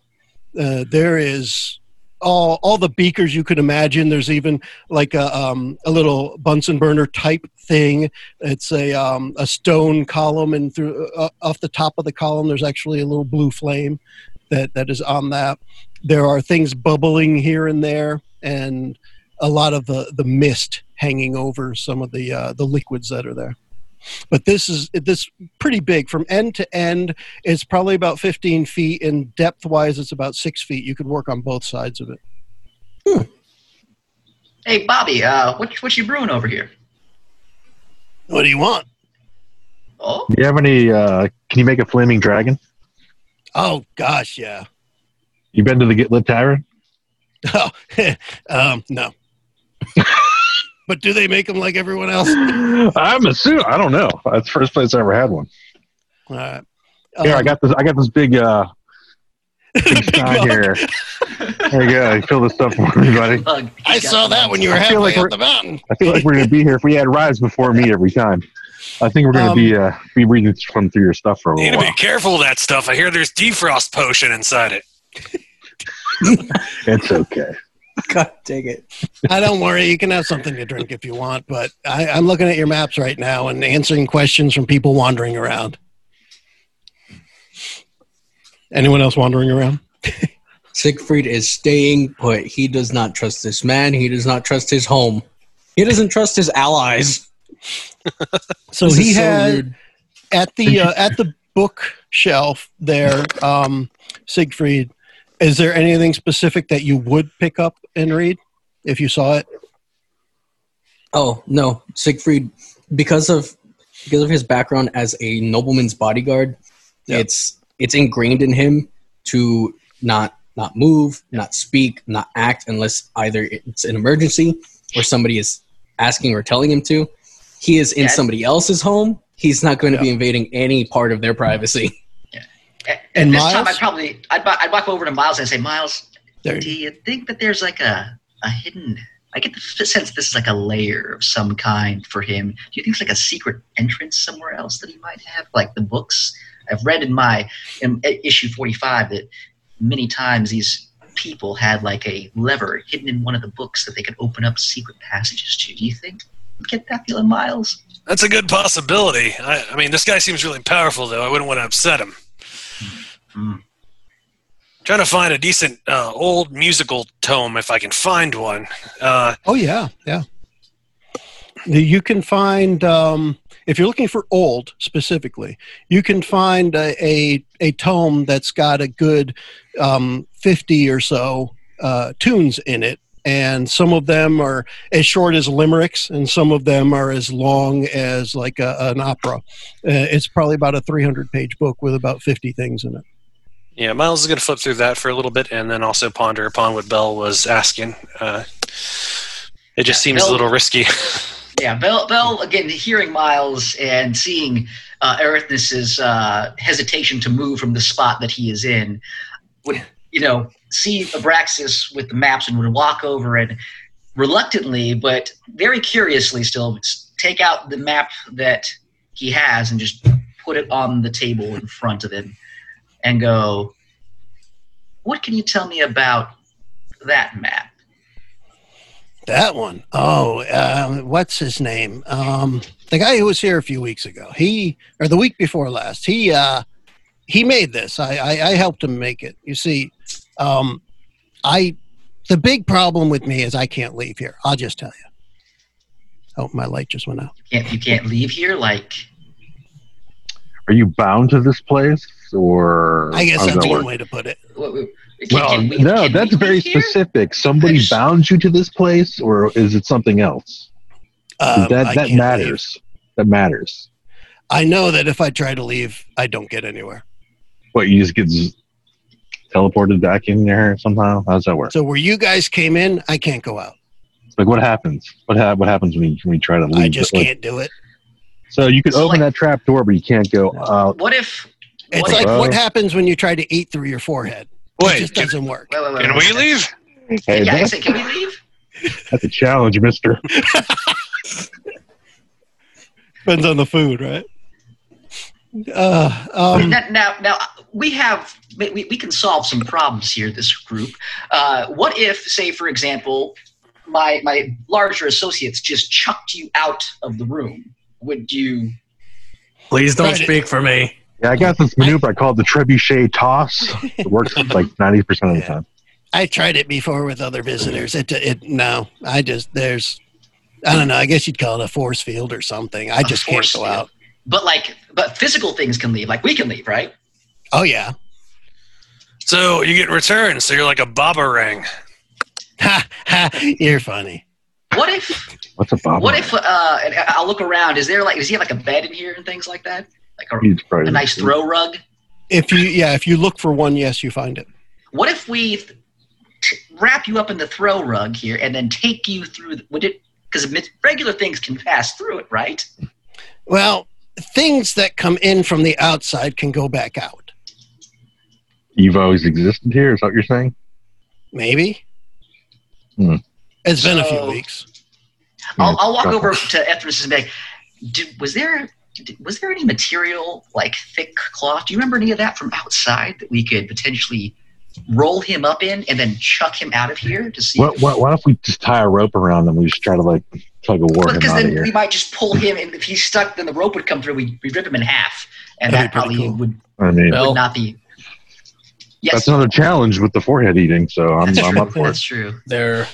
[SPEAKER 1] uh, there is all all the beakers you could imagine. There's even like a um, a little Bunsen burner type thing. It's a um, a stone column, and through uh, off the top of the column, there's actually a little blue flame that that is on that. There are things bubbling here and there, and a lot of the the mist hanging over some of the uh, the liquids that are there. But this is this pretty big from end to end. It's probably about 15 feet, and depth wise, it's about six feet. You could work on both sides of it.
[SPEAKER 4] Hey, Bobby, uh, what what you brewing over here?
[SPEAKER 1] What do you want?
[SPEAKER 4] Oh,
[SPEAKER 2] Do you have any? Uh, can you make a flaming dragon?
[SPEAKER 1] Oh gosh, yeah.
[SPEAKER 2] You been to the Get Lit Tavern?
[SPEAKER 1] Oh, um, no. but do they make them like everyone else?
[SPEAKER 2] I'm assuming. I don't know. That's the first place I ever had one.
[SPEAKER 1] All right.
[SPEAKER 2] Here, I
[SPEAKER 1] Um,
[SPEAKER 2] got this. I got this big, uh, big
[SPEAKER 1] big
[SPEAKER 2] sign
[SPEAKER 1] mug.
[SPEAKER 2] here. There you go. You fill this up for everybody.
[SPEAKER 4] bug.
[SPEAKER 1] I saw that when you were
[SPEAKER 2] I
[SPEAKER 1] halfway
[SPEAKER 2] feel like
[SPEAKER 1] up
[SPEAKER 2] we're-
[SPEAKER 1] the mountain.
[SPEAKER 2] I feel like we're gonna be here if we had rides before me every time. I think we're gonna
[SPEAKER 1] Um,
[SPEAKER 2] be uh, be reading from through your stuff for a
[SPEAKER 5] You need
[SPEAKER 2] little
[SPEAKER 5] to be
[SPEAKER 2] while.
[SPEAKER 5] careful of that stuff. I hear there's defrost potion inside it.
[SPEAKER 2] It's okay.
[SPEAKER 3] God dang it.
[SPEAKER 1] I don't worry. You can have something to drink if you want, but I, I'm looking at your maps right now and answering questions from people wandering around. Anyone else wandering around?
[SPEAKER 3] Siegfried is staying put. He does not trust this man. He does not trust his home. He doesn't trust his allies.
[SPEAKER 1] So
[SPEAKER 3] This
[SPEAKER 1] he
[SPEAKER 3] is so
[SPEAKER 1] had
[SPEAKER 3] rude.
[SPEAKER 1] at the uh, at the bookshelf there, um, Siegfried. Is there anything specific that you would pick up and read if you saw it?
[SPEAKER 3] Oh no, Siegfried, because of because of his background as a nobleman's bodyguard,
[SPEAKER 1] Yeah.
[SPEAKER 3] it's it's ingrained in him to not not move, not speak, not act unless either it's an emergency or somebody is asking or telling him to. He is in
[SPEAKER 4] Yeah.
[SPEAKER 3] somebody else's home. He's not going to be
[SPEAKER 1] Yeah.
[SPEAKER 3] invading any part of their privacy.
[SPEAKER 4] At, at
[SPEAKER 1] And
[SPEAKER 4] this
[SPEAKER 1] Miles?
[SPEAKER 4] time, I'd probably I'd, bu- I'd walk over to Miles and say, Miles,
[SPEAKER 1] There,
[SPEAKER 4] do you think that there's like a a hidden? I get the f- sense this is like a layer of some kind for him. Do you think it's like a secret entrance somewhere else that he might have, like the books? I've read in my in i- issue forty-five that many times these people had like a lever hidden in one of the books that they could open up secret passages to. Do you think? you Get that feeling, Miles?
[SPEAKER 5] That's a good possibility. I, I mean, this guy seems really powerful, though. I wouldn't want to upset him.
[SPEAKER 4] Hmm.
[SPEAKER 5] Trying to find a decent uh, old musical tome if I can find one. Uh,
[SPEAKER 1] Oh yeah, yeah. The- You can find um, if you're looking for old specifically, you can find a a, a tome that's got a good um, fifty or so uh, tunes in it, and some of them are as short as limericks, and some of them are as long as like a, an opera. Uh, it's probably about a three hundred page book with about fifty things in it.
[SPEAKER 5] yeah, Miles is going to flip through that for a little bit and then also ponder upon what Bell was asking. Uh, it just
[SPEAKER 4] Yeah,
[SPEAKER 5] seems a
[SPEAKER 4] Bell-
[SPEAKER 5] little risky.
[SPEAKER 4] Yeah, Bell, Bell again, hearing Miles and seeing uh, Erithnis's uh, hesitation to move from the spot that he is in, would, you know, see Abraxas with the maps and would walk over and reluctantly, but very curiously still, s- take out the map that he has and just put it on the table in front of him and go, What can you tell me about that map?
[SPEAKER 1] That one. Oh, um, what's his name? Um, the guy who was here a few weeks ago. He or the week before last. He uh, he made this. I, I I helped him make it. You see, um, I the big problem with me is I can't leave here. I'll just tell you. Oh, my light just went out.
[SPEAKER 4] You can't, you can't leave here? Like,
[SPEAKER 2] Are you bound to this place, or
[SPEAKER 1] I guess
[SPEAKER 2] how does
[SPEAKER 1] that's
[SPEAKER 2] that
[SPEAKER 1] one
[SPEAKER 2] work?
[SPEAKER 1] way to put it.
[SPEAKER 4] What, what- can-
[SPEAKER 2] Well,
[SPEAKER 4] can we-
[SPEAKER 2] no,
[SPEAKER 4] can
[SPEAKER 2] that's
[SPEAKER 4] we
[SPEAKER 2] very
[SPEAKER 4] live here?
[SPEAKER 2] specific. Somebody
[SPEAKER 4] That's-
[SPEAKER 2] bound you to this place, or is it something else?
[SPEAKER 1] Um, I
[SPEAKER 2] that that
[SPEAKER 1] can't leave.
[SPEAKER 2] matters. That matters.
[SPEAKER 1] I know that if I try to leave, I don't get anywhere.
[SPEAKER 2] What you just get z- teleported back in there somehow? How does that work?
[SPEAKER 1] So where you guys came in, I can't go out.
[SPEAKER 2] like what happens? What ha- what happens when you, when you try to leave?
[SPEAKER 1] I just
[SPEAKER 2] Like,
[SPEAKER 1] can't do it.
[SPEAKER 2] So you could
[SPEAKER 4] It's
[SPEAKER 2] open that
[SPEAKER 4] like-
[SPEAKER 2] trap door, but you can't go out.
[SPEAKER 4] What if?
[SPEAKER 1] It's
[SPEAKER 4] what
[SPEAKER 1] like
[SPEAKER 2] Well-
[SPEAKER 1] what happens when you try to eat through your forehead. it
[SPEAKER 5] Wait,
[SPEAKER 1] just
[SPEAKER 5] can,
[SPEAKER 1] doesn't work.
[SPEAKER 4] wait, wait, wait,
[SPEAKER 5] can
[SPEAKER 4] wait.
[SPEAKER 5] we leave?
[SPEAKER 2] Hey,
[SPEAKER 4] yeah, I
[SPEAKER 2] that's,
[SPEAKER 4] said, can we leave?
[SPEAKER 2] that's a challenge, Mister.
[SPEAKER 1] Depends on the food, right? Uh, um,
[SPEAKER 4] now, now, now, we have we, we can solve some problems here. This group. Uh, what if, say, for example, my my larger associates just chucked you out of the room? Would you?
[SPEAKER 3] Please don't
[SPEAKER 1] Right.
[SPEAKER 3] speak for me.
[SPEAKER 2] Yeah, I got this maneuver I call the trebuchet toss. It works like 90% of the
[SPEAKER 1] Yeah.
[SPEAKER 2] time.
[SPEAKER 1] I tried it before with other visitors. It, it no, I just there's, I don't know. I guess you'd call it a force field or something. I
[SPEAKER 4] A
[SPEAKER 1] just can't
[SPEAKER 4] force
[SPEAKER 1] go
[SPEAKER 4] field.
[SPEAKER 1] out.
[SPEAKER 4] But like, but physical things can leave. Like we can leave, right?
[SPEAKER 1] Oh yeah,
[SPEAKER 5] So you get returns. So you're like a bobarang.
[SPEAKER 1] ha ha. You're funny.
[SPEAKER 4] What if?
[SPEAKER 2] What's a bob?
[SPEAKER 4] What if? Uh, and I- I'll look around. Is there like? Does he have like a bed in here and things like that? Like a,
[SPEAKER 2] He's probably
[SPEAKER 4] a nice throw rug?
[SPEAKER 1] If you yeah, if you look for one, yes, you find it.
[SPEAKER 4] What if we th- t- wrap you up in the throw rug here and then take you through? The, would it? Because regular things can pass through it, right?
[SPEAKER 1] Well, things that come in from the outside can go back out.
[SPEAKER 2] You've always existed here, is that what you're saying?
[SPEAKER 1] Maybe.
[SPEAKER 2] Hmm.
[SPEAKER 1] It's been a few
[SPEAKER 4] So-
[SPEAKER 1] weeks.
[SPEAKER 4] I'll,
[SPEAKER 2] Yeah,
[SPEAKER 4] I'll walk
[SPEAKER 2] go
[SPEAKER 4] over
[SPEAKER 2] for it.
[SPEAKER 4] to Ethrus and be like, "Did- was there did- was there any material like thick cloth? Do you remember any of that from outside that we could potentially roll him up in and then chuck him out of here to see?
[SPEAKER 2] What, what, what if we just tie a rope around him? We just try to like tug a war him
[SPEAKER 4] because
[SPEAKER 2] out of
[SPEAKER 4] then
[SPEAKER 2] here.
[SPEAKER 4] we might just pull him, and if he's stuck, then the rope would come through. We'd, we'd rip him in half, and
[SPEAKER 1] That'd
[SPEAKER 4] that
[SPEAKER 1] be pretty
[SPEAKER 4] probably
[SPEAKER 1] cool.
[SPEAKER 4] would,
[SPEAKER 2] I mean,
[SPEAKER 3] Well-
[SPEAKER 4] would not be. Yes,
[SPEAKER 2] that's another challenge with the forehead eating, so I'm,
[SPEAKER 4] that's
[SPEAKER 2] I'm
[SPEAKER 4] true.
[SPEAKER 2] up for it.
[SPEAKER 4] That's true.
[SPEAKER 3] There,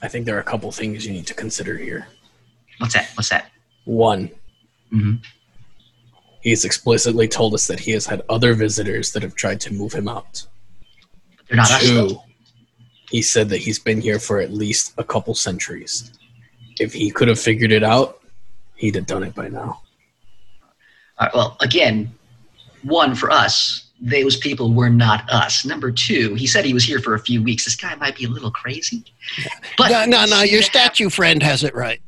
[SPEAKER 3] I think there are a couple things you need to consider here.
[SPEAKER 4] What's that? What's that?
[SPEAKER 3] One,
[SPEAKER 4] Mhm.
[SPEAKER 3] he's explicitly told us that he has had other visitors that have tried to move him out.
[SPEAKER 4] They're not us. though.
[SPEAKER 3] Two, he said that he's been here for at least a couple centuries. If he could have figured it out, he'd have done it by now.
[SPEAKER 4] All right, well, again, one for us, those people were not us. Number two, he said he was here for a few weeks. This guy might be a little crazy. But
[SPEAKER 1] No, no, no. Your
[SPEAKER 4] Yeah,
[SPEAKER 1] statue friend has it right.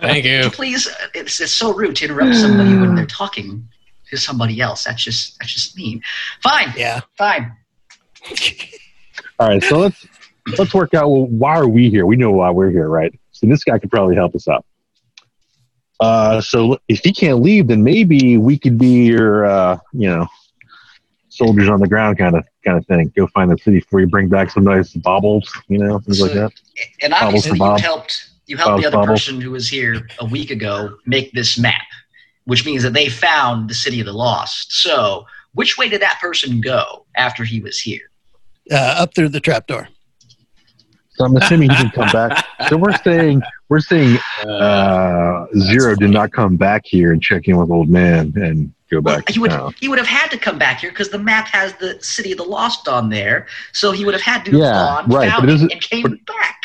[SPEAKER 3] Thank you.
[SPEAKER 4] Please, uh, it's, it's so rude to interrupt somebody when they're talking to somebody else. That's just that's just mean. Fine,
[SPEAKER 1] Yeah.
[SPEAKER 4] fine.
[SPEAKER 2] All right, so let's let's work out. Well, why are we here? We know why we're here, right? So this guy could probably help us out. Uh, so if he can't leave, then maybe we could be your, uh, you know, soldiers on the ground kind of kind of thing. Go find the city before you bring back some nice baubles, you know, things like that.
[SPEAKER 4] And
[SPEAKER 2] Bubbles for
[SPEAKER 4] obviously, you
[SPEAKER 2] Bob.
[SPEAKER 4] helped you helped
[SPEAKER 2] Bob's
[SPEAKER 4] the other
[SPEAKER 2] bubble.
[SPEAKER 4] person who was here a week ago make this map, which means that they found the city of the lost. So, which way did that person go after he was here?
[SPEAKER 1] Uh, up through the trapdoor.
[SPEAKER 2] So I'm assuming he can come back. So we're saying we're saying
[SPEAKER 3] Uh,
[SPEAKER 2] uh, Zero did not come back here and check in with old man and go
[SPEAKER 4] Well,
[SPEAKER 2] back.
[SPEAKER 4] he would
[SPEAKER 2] down.
[SPEAKER 4] he would have had to come back here because the map has the city of the lost on there, so he would have had to
[SPEAKER 2] Yeah,
[SPEAKER 4] have gone,
[SPEAKER 2] right,
[SPEAKER 4] found
[SPEAKER 2] but it
[SPEAKER 4] it,
[SPEAKER 2] isn't-
[SPEAKER 4] and came back.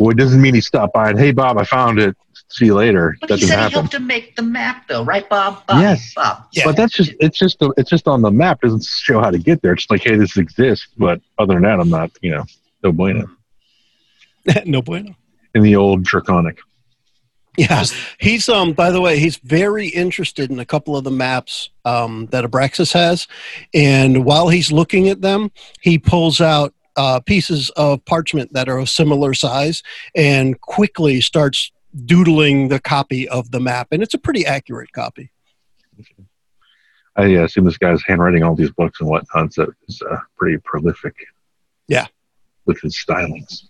[SPEAKER 2] Well, it doesn't mean he stopped by and hey, Bob, I found it. See you later.
[SPEAKER 4] But
[SPEAKER 2] that
[SPEAKER 4] he
[SPEAKER 2] doesn't
[SPEAKER 4] said he
[SPEAKER 2] happen.
[SPEAKER 4] helped him make the map, though, right, Bob? Bob
[SPEAKER 2] Yes.
[SPEAKER 4] Bob.
[SPEAKER 1] Yeah.
[SPEAKER 2] But that's just it's just a, it's just on the map. It doesn't show how to get there. It's just like hey, this exists. But other than that, I'm not you know no bueno
[SPEAKER 1] Hmm. no bueno.
[SPEAKER 2] in the old draconic.
[SPEAKER 1] Yeah. He's um. By the way, he's very interested in a couple of the maps um, that Abraxas has, and while he's looking at them, he pulls out uh, pieces of parchment that are of similar size, and quickly starts doodling the copy of the map, and it's a pretty accurate copy.
[SPEAKER 2] I uh, assume this guy's handwriting all these books and whatnot. So it's uh, pretty prolific.
[SPEAKER 1] Yeah.
[SPEAKER 2] with his stylings.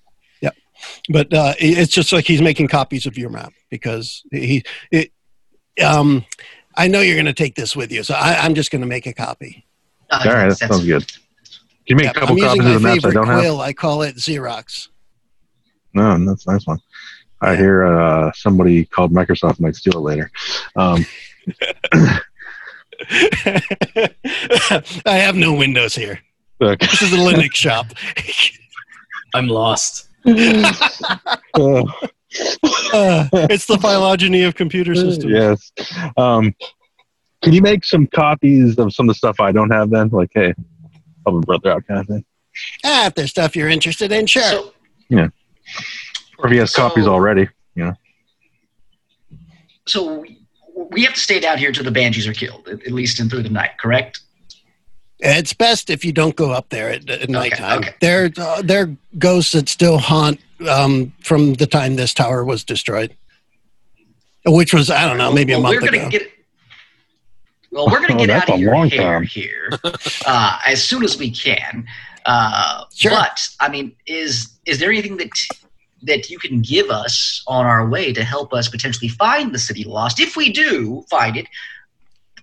[SPEAKER 1] but uh, it- it's just like he's making copies of your map because he it, um i know you're going to take this with you so I, i'm just going to make a copy
[SPEAKER 4] Uh,
[SPEAKER 2] All right, that
[SPEAKER 4] that's-
[SPEAKER 2] sounds good. Can you make
[SPEAKER 1] Yep,
[SPEAKER 2] a couple
[SPEAKER 1] i'm
[SPEAKER 2] copies
[SPEAKER 1] using
[SPEAKER 2] of
[SPEAKER 1] my
[SPEAKER 2] the maps I
[SPEAKER 1] favorite
[SPEAKER 2] don't have?
[SPEAKER 1] quill i call it xerox
[SPEAKER 2] No, that's a nice one. I hear uh, somebody called Microsoft might steal it later. Um,
[SPEAKER 1] i have no windows here
[SPEAKER 2] look,
[SPEAKER 1] this is a linux shop
[SPEAKER 3] I'm lost.
[SPEAKER 2] uh,
[SPEAKER 1] Uh, it's the phylogeny of computer systems
[SPEAKER 2] Yes. Um, can you make some copies of some of the stuff I don't have then? Like, hey, help a brother out kind of thing.
[SPEAKER 1] ah, if there's stuff you're interested in sure
[SPEAKER 4] So,
[SPEAKER 2] Or if he has
[SPEAKER 4] So-
[SPEAKER 2] copies already.
[SPEAKER 4] so we- we have to stay down here until the banshees are killed, at at least in through the night, correct?
[SPEAKER 1] It's best if you don't go up there at, at nighttime.
[SPEAKER 4] okay.
[SPEAKER 1] There, uh, there are ghosts that still haunt um, from the time this tower was destroyed, which was I don't know, maybe a
[SPEAKER 4] Well,
[SPEAKER 1] month
[SPEAKER 4] we're
[SPEAKER 1] ago.
[SPEAKER 4] gonna get Well, we're going
[SPEAKER 2] Oh,
[SPEAKER 4] to get
[SPEAKER 2] that's
[SPEAKER 4] out of
[SPEAKER 2] a
[SPEAKER 4] your
[SPEAKER 2] long
[SPEAKER 4] hair
[SPEAKER 2] time.
[SPEAKER 4] here uh, as soon as we can. Uh,
[SPEAKER 1] Sure.
[SPEAKER 4] But I mean, is is there anything that that you can give us on our way to help us potentially find the city lost? If we do find it,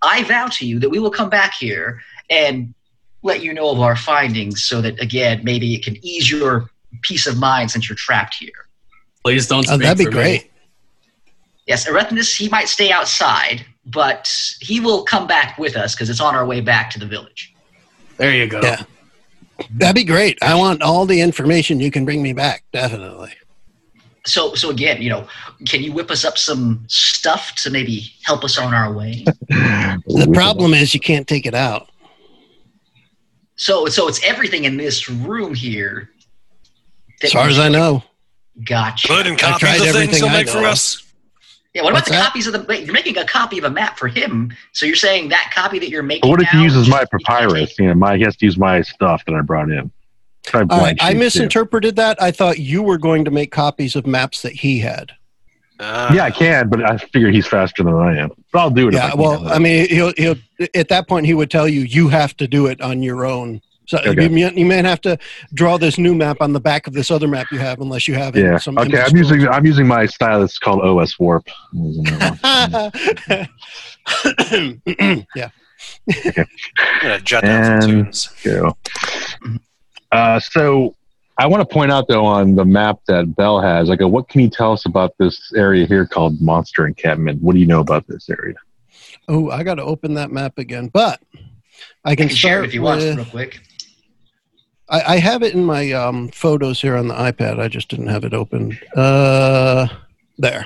[SPEAKER 4] I vow to you that we will come back here and let you know of our findings, so that again, maybe it can ease your peace of mind since you're trapped here.
[SPEAKER 3] Please don't.
[SPEAKER 1] Oh,
[SPEAKER 3] Speak
[SPEAKER 1] that'd be
[SPEAKER 3] for me.
[SPEAKER 1] great.
[SPEAKER 4] Yes, Erethnus, he might stay outside, but he will come back with us because it's on our way back to the village.
[SPEAKER 3] There you go.
[SPEAKER 1] Yeah. That'd be great. I want all the information you can bring me back, definitely.
[SPEAKER 4] So, so again, you know, can you whip us up some stuff to maybe help us on our way?
[SPEAKER 1] The problem is you can't take it out.
[SPEAKER 4] so, so it's everything in this room here.
[SPEAKER 1] As far as I know.
[SPEAKER 4] gotcha.
[SPEAKER 5] Good and
[SPEAKER 1] I tried
[SPEAKER 5] copies of things
[SPEAKER 1] everything
[SPEAKER 5] they'll
[SPEAKER 1] I
[SPEAKER 5] make for
[SPEAKER 1] know.
[SPEAKER 5] us.
[SPEAKER 4] Yeah. What about
[SPEAKER 1] What's
[SPEAKER 4] the
[SPEAKER 1] that?
[SPEAKER 4] copies of the? wait, You're making a copy of a map for him, so you're saying that copy that you're making.
[SPEAKER 2] But what if he
[SPEAKER 4] now,
[SPEAKER 2] uses my
[SPEAKER 4] you can't
[SPEAKER 2] papyrus?
[SPEAKER 4] take?
[SPEAKER 2] You know, my he has to use my stuff that I brought in. Try
[SPEAKER 1] All right,
[SPEAKER 2] blind
[SPEAKER 1] I
[SPEAKER 2] sheep,
[SPEAKER 1] misinterpreted that. I thought you were going to make copies of maps that he had.
[SPEAKER 5] Uh,
[SPEAKER 2] too. Yeah, I can, but I figure he's faster than I am. But I'll do it. if I
[SPEAKER 1] Yeah,
[SPEAKER 2] can.
[SPEAKER 1] well, I mean, he'll, he'll at that point he would tell you you have to do it on your own. So
[SPEAKER 2] Okay.
[SPEAKER 1] you, may, you may have to draw this new map on the back of this other map you have, unless you have it. in
[SPEAKER 2] yeah.
[SPEAKER 1] some
[SPEAKER 2] Okay,
[SPEAKER 1] image
[SPEAKER 2] I'm using I'm using my style that's called OS Warp.
[SPEAKER 1] store. yeah.
[SPEAKER 5] I'm gonna jot down some
[SPEAKER 2] And-
[SPEAKER 5] tunes.
[SPEAKER 2] go. Uh, so I want to point out though on the map that Bell has, I go, what can you tell us about this area here called Monster Encampment? What do you know about this area?
[SPEAKER 1] Oh, I got to open that map again, but I
[SPEAKER 4] You
[SPEAKER 1] can
[SPEAKER 4] can share
[SPEAKER 1] start
[SPEAKER 4] it if you want,
[SPEAKER 1] with-
[SPEAKER 4] real quick.
[SPEAKER 1] I, I have it in my um, photos here on the iPad. I just didn't have it open. Uh, there.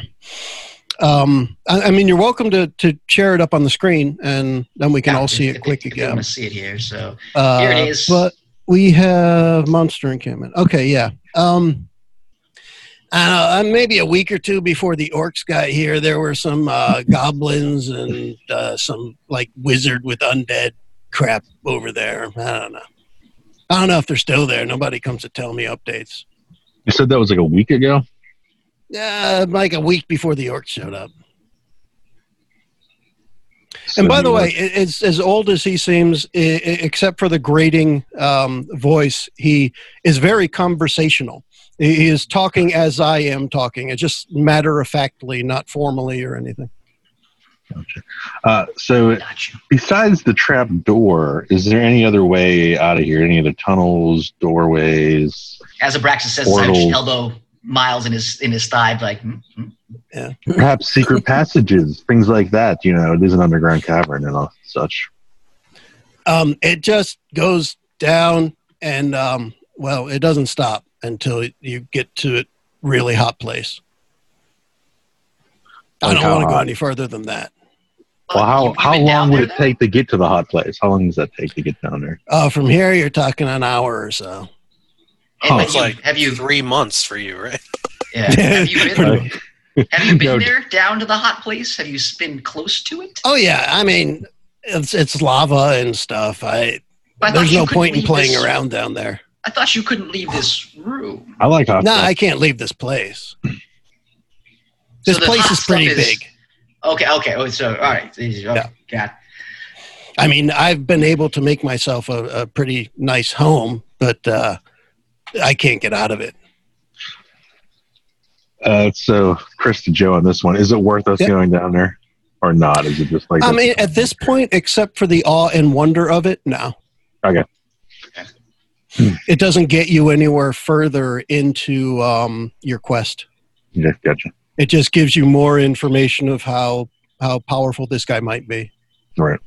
[SPEAKER 1] Um, I, I mean, you're welcome to, to share it up on the screen, and then we can
[SPEAKER 4] Yeah,
[SPEAKER 1] all
[SPEAKER 4] if-
[SPEAKER 1] see
[SPEAKER 4] if-
[SPEAKER 1] it quick
[SPEAKER 4] if you want
[SPEAKER 1] again.
[SPEAKER 4] to see it here, so
[SPEAKER 1] Uh,
[SPEAKER 4] Here it is.
[SPEAKER 1] But we have Monster Encampment. Okay, yeah. Um, I don't know, uh, maybe a week or two before the orcs got here, there were some uh, goblins and uh, some like wizard with undead crap over there. I don't know. I don't know if they're still there. Nobody comes to tell me updates.
[SPEAKER 2] You said that was like a week ago.
[SPEAKER 1] Uh, like a week before the orcs showed up.
[SPEAKER 2] So
[SPEAKER 1] And by the
[SPEAKER 2] you
[SPEAKER 1] way, i- it's as old as he seems, i- i- except for the grating um, voice. He is very conversational. He he is talking as I am talking. It's just matter of factly, not formally or anything.
[SPEAKER 2] were- uh, so
[SPEAKER 4] Gotcha.
[SPEAKER 2] besides the trap door, is there any other way out of here? Any other tunnels, doorways?
[SPEAKER 4] As Abraxas says, I just
[SPEAKER 2] Portal.
[SPEAKER 4] elbow Miles in his in his thigh, like. "Hmm, hmm."
[SPEAKER 2] Perhaps secret passages, things like that. You know, it is an underground cavern and all such.
[SPEAKER 1] Um, it just goes down, and um, well, it doesn't stop until you get to a really hot place. I
[SPEAKER 2] Like
[SPEAKER 1] don't
[SPEAKER 2] how
[SPEAKER 1] want to go
[SPEAKER 2] hot?
[SPEAKER 1] any further than that.
[SPEAKER 2] Well,
[SPEAKER 4] You've-
[SPEAKER 2] how
[SPEAKER 4] you've
[SPEAKER 2] how
[SPEAKER 4] been down
[SPEAKER 2] long would
[SPEAKER 4] there,
[SPEAKER 2] it
[SPEAKER 4] though?
[SPEAKER 2] take to get to the hot place? How long does that take to get down there?
[SPEAKER 1] Uh, from here, you're talking an hour or so.
[SPEAKER 4] And
[SPEAKER 2] Huh.
[SPEAKER 4] but
[SPEAKER 5] It's
[SPEAKER 4] you-
[SPEAKER 5] like
[SPEAKER 4] have you
[SPEAKER 5] three months for you, right?
[SPEAKER 4] Yeah. Have you been, have you been
[SPEAKER 2] No.
[SPEAKER 4] there down to the hot place? Have you s- been close to it?
[SPEAKER 1] Oh yeah, I mean, it's it's lava and stuff. I
[SPEAKER 4] I thought
[SPEAKER 1] there's
[SPEAKER 4] you
[SPEAKER 1] no
[SPEAKER 4] couldn't
[SPEAKER 1] point in
[SPEAKER 4] leave
[SPEAKER 1] playing
[SPEAKER 4] this-
[SPEAKER 1] around down there.
[SPEAKER 4] I thought you couldn't leave this room.
[SPEAKER 2] I like hot.
[SPEAKER 1] No,
[SPEAKER 2] sauce.
[SPEAKER 1] I can't leave this place.
[SPEAKER 4] So
[SPEAKER 1] This
[SPEAKER 4] the
[SPEAKER 1] place
[SPEAKER 4] hot
[SPEAKER 1] is pretty
[SPEAKER 4] stuff is-
[SPEAKER 1] big.
[SPEAKER 4] Okay, okay. Oh, so all right. Okay, Got.
[SPEAKER 1] I mean, I've been able to make myself a, a pretty nice home, but uh, I can't get out of it.
[SPEAKER 2] Uh, so, Chris to Joe on this one. Is it worth us
[SPEAKER 1] Yep.
[SPEAKER 2] going down there or not? Is it just like
[SPEAKER 1] I mean, at this point, except for the awe and wonder of it, no.
[SPEAKER 2] Okay.
[SPEAKER 1] It doesn't get you anywhere further into um, your quest.
[SPEAKER 2] Yeah, gotcha.
[SPEAKER 1] it just gives you more information of how how powerful this guy might be
[SPEAKER 2] Right.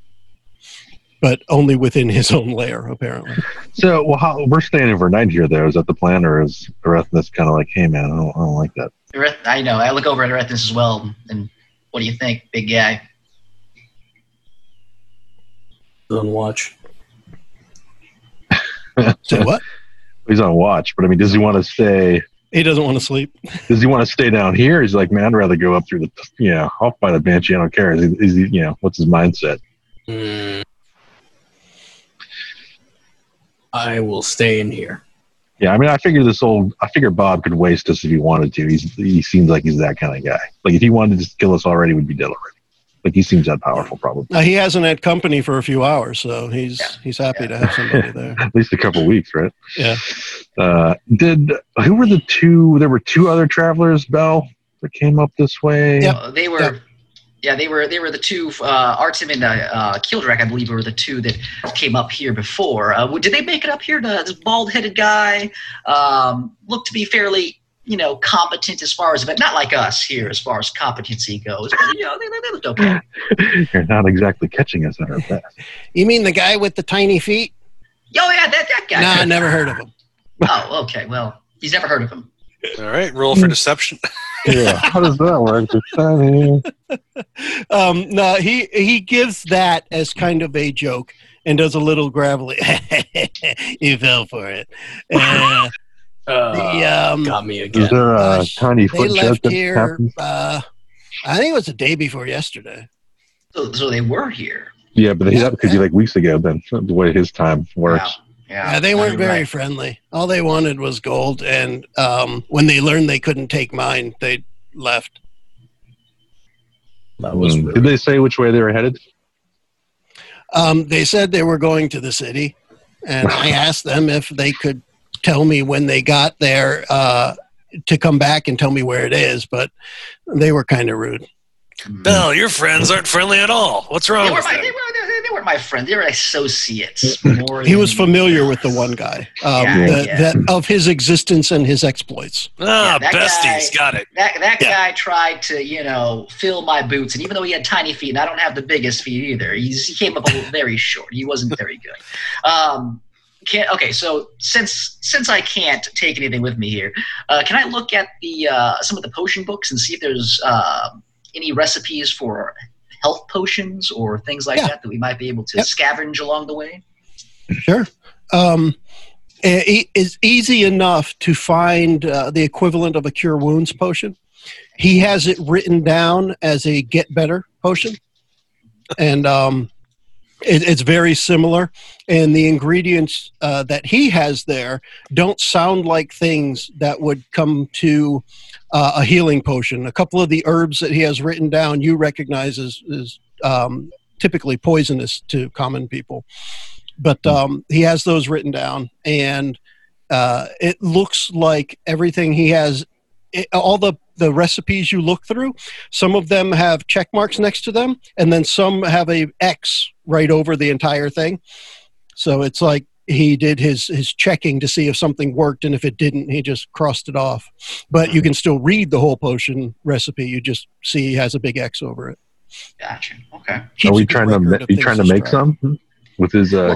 [SPEAKER 1] but only within his own layer apparently
[SPEAKER 2] So, well, how, we're staying overnight here, though. Is that the plan, or is Erasmus kind of like, hey, man, I don't, I don't like that?
[SPEAKER 4] Ereth- I know. I look over at Erethus as well. And what do you think, big guy?
[SPEAKER 3] Don't watch.
[SPEAKER 1] so what
[SPEAKER 2] He's on watch, but I mean, does he want to stay?
[SPEAKER 1] he doesn't want to sleep
[SPEAKER 2] Does he want to stay down here? He's like, man, I'd rather go up through the, you know, I'll find a banshee. I don't care. Is he, is he you know, what's his mindset?
[SPEAKER 3] Mm. I will stay in here.
[SPEAKER 2] Yeah, I mean, I figure this old, I figure Bob could waste us if he wanted to. He's, he seems like he's that kind of guy. Like, if he wanted to just kill us already, we'd be dead already. Like he seems that powerful, probably.
[SPEAKER 1] Now, Uh, he hasn't had company for a few hours, so he's
[SPEAKER 4] Yeah.
[SPEAKER 1] he's happy to have somebody there.
[SPEAKER 2] At least a couple weeks, right?
[SPEAKER 1] Yeah.
[SPEAKER 2] Uh, did who were the two? There were two other travelers, Bell, that came up this way.
[SPEAKER 1] Yep.
[SPEAKER 4] Uh, they were.
[SPEAKER 1] Yeah.
[SPEAKER 4] Yeah. they were they were the two uh, Artem and uh, uh, Kildrak, I believe, were the two that came up here before. Uh, w- did they make it up here? The, this bald-headed guy um, looked to be fairly, you know, competent as far as, but not like us here as far as competency goes. But, you know, they, they looked okay.
[SPEAKER 2] You're not exactly catching us at our best.
[SPEAKER 1] You mean the guy with the tiny feet?
[SPEAKER 4] Oh yeah, that that guy.
[SPEAKER 1] No, I never heard of him.
[SPEAKER 4] Oh, okay. Well, he's never heard of him.
[SPEAKER 5] All right, roll for deception.
[SPEAKER 2] yeah. How does that work? Just, I mean,
[SPEAKER 1] Um, no, he he gives that as kind of a joke and does a little gravelly. you fell for it. Uh, the, um,
[SPEAKER 3] got me
[SPEAKER 2] Is
[SPEAKER 3] again.
[SPEAKER 2] there a
[SPEAKER 1] Gosh,
[SPEAKER 2] tiny
[SPEAKER 1] they
[SPEAKER 2] foot jet
[SPEAKER 1] left
[SPEAKER 2] that
[SPEAKER 1] here.
[SPEAKER 2] happens?
[SPEAKER 1] Uh, I think it was the day before yesterday.
[SPEAKER 4] So, so they were here.
[SPEAKER 2] Yeah, but that could be like weeks ago. Then the way his time works.
[SPEAKER 4] Yeah.
[SPEAKER 1] Yeah, they weren't
[SPEAKER 4] You're
[SPEAKER 1] very
[SPEAKER 4] right.
[SPEAKER 1] friendly. All they wanted was gold, and um, when they learned they couldn't take mine, they left.
[SPEAKER 3] That was
[SPEAKER 2] Mm.
[SPEAKER 3] rude.
[SPEAKER 2] Did they say which way they were headed?
[SPEAKER 1] Um, they said they were going to the city, and I asked them if they could tell me when they got there uh, to come back and tell me where it is, but they were kind of rude.
[SPEAKER 5] Bell, your friends aren't friendly at all. What's
[SPEAKER 4] They
[SPEAKER 5] wrong
[SPEAKER 4] weren't
[SPEAKER 5] with
[SPEAKER 4] my,
[SPEAKER 5] them?
[SPEAKER 4] they, were, they, they weren't my friend. They were associates. more
[SPEAKER 1] He was
[SPEAKER 4] than-
[SPEAKER 1] familiar with the one guy um,
[SPEAKER 4] Yeah,
[SPEAKER 1] that,
[SPEAKER 4] yeah.
[SPEAKER 1] that of his existence and his exploits.
[SPEAKER 5] Ah,
[SPEAKER 4] Yeah, that
[SPEAKER 5] besties,
[SPEAKER 4] guy-
[SPEAKER 5] got it.
[SPEAKER 4] That that
[SPEAKER 1] Yeah.
[SPEAKER 4] guy tried to, you know, fill my boots, and even though he had tiny feet, and I don't have the biggest feet either, he's, he came up a little very short. He wasn't very good. Um, can okay, so since since I can't take anything with me here, uh, can I look at the uh, some of the potion books and see if there's uh, any recipes for health potions or things like
[SPEAKER 1] Yeah.
[SPEAKER 4] that that we might be able to
[SPEAKER 1] Yep.
[SPEAKER 4] scavenge along the way?
[SPEAKER 1] Sure. Um, eh, e- it's easy enough to find uh, the equivalent of a cure wounds potion. He has it written down as a get better potion, and um, it, it's very similar. And the ingredients uh, that he has there don't sound like things that would come to uh, a healing potion. A couple of the herbs that he has written down you recognize as, as um, typically poisonous to common people but um, he has those written down, and uh, it looks like everything he has, it, all the the recipes you look through, some of them have check marks next to them, and then some have a X right over the entire thing. So it's like he did his his checking to see if something worked, and if it didn't, he just crossed it off. But you can still read the whole potion recipe. You just see he has a big X over it.
[SPEAKER 4] Gotcha. Okay.
[SPEAKER 2] Are
[SPEAKER 1] Keeps a
[SPEAKER 2] we
[SPEAKER 1] good
[SPEAKER 2] trying to
[SPEAKER 1] record
[SPEAKER 2] ma-
[SPEAKER 1] of
[SPEAKER 2] you
[SPEAKER 1] things
[SPEAKER 2] trying to
[SPEAKER 1] he's
[SPEAKER 2] make
[SPEAKER 1] tried.
[SPEAKER 2] some Hmm? with his? Uh,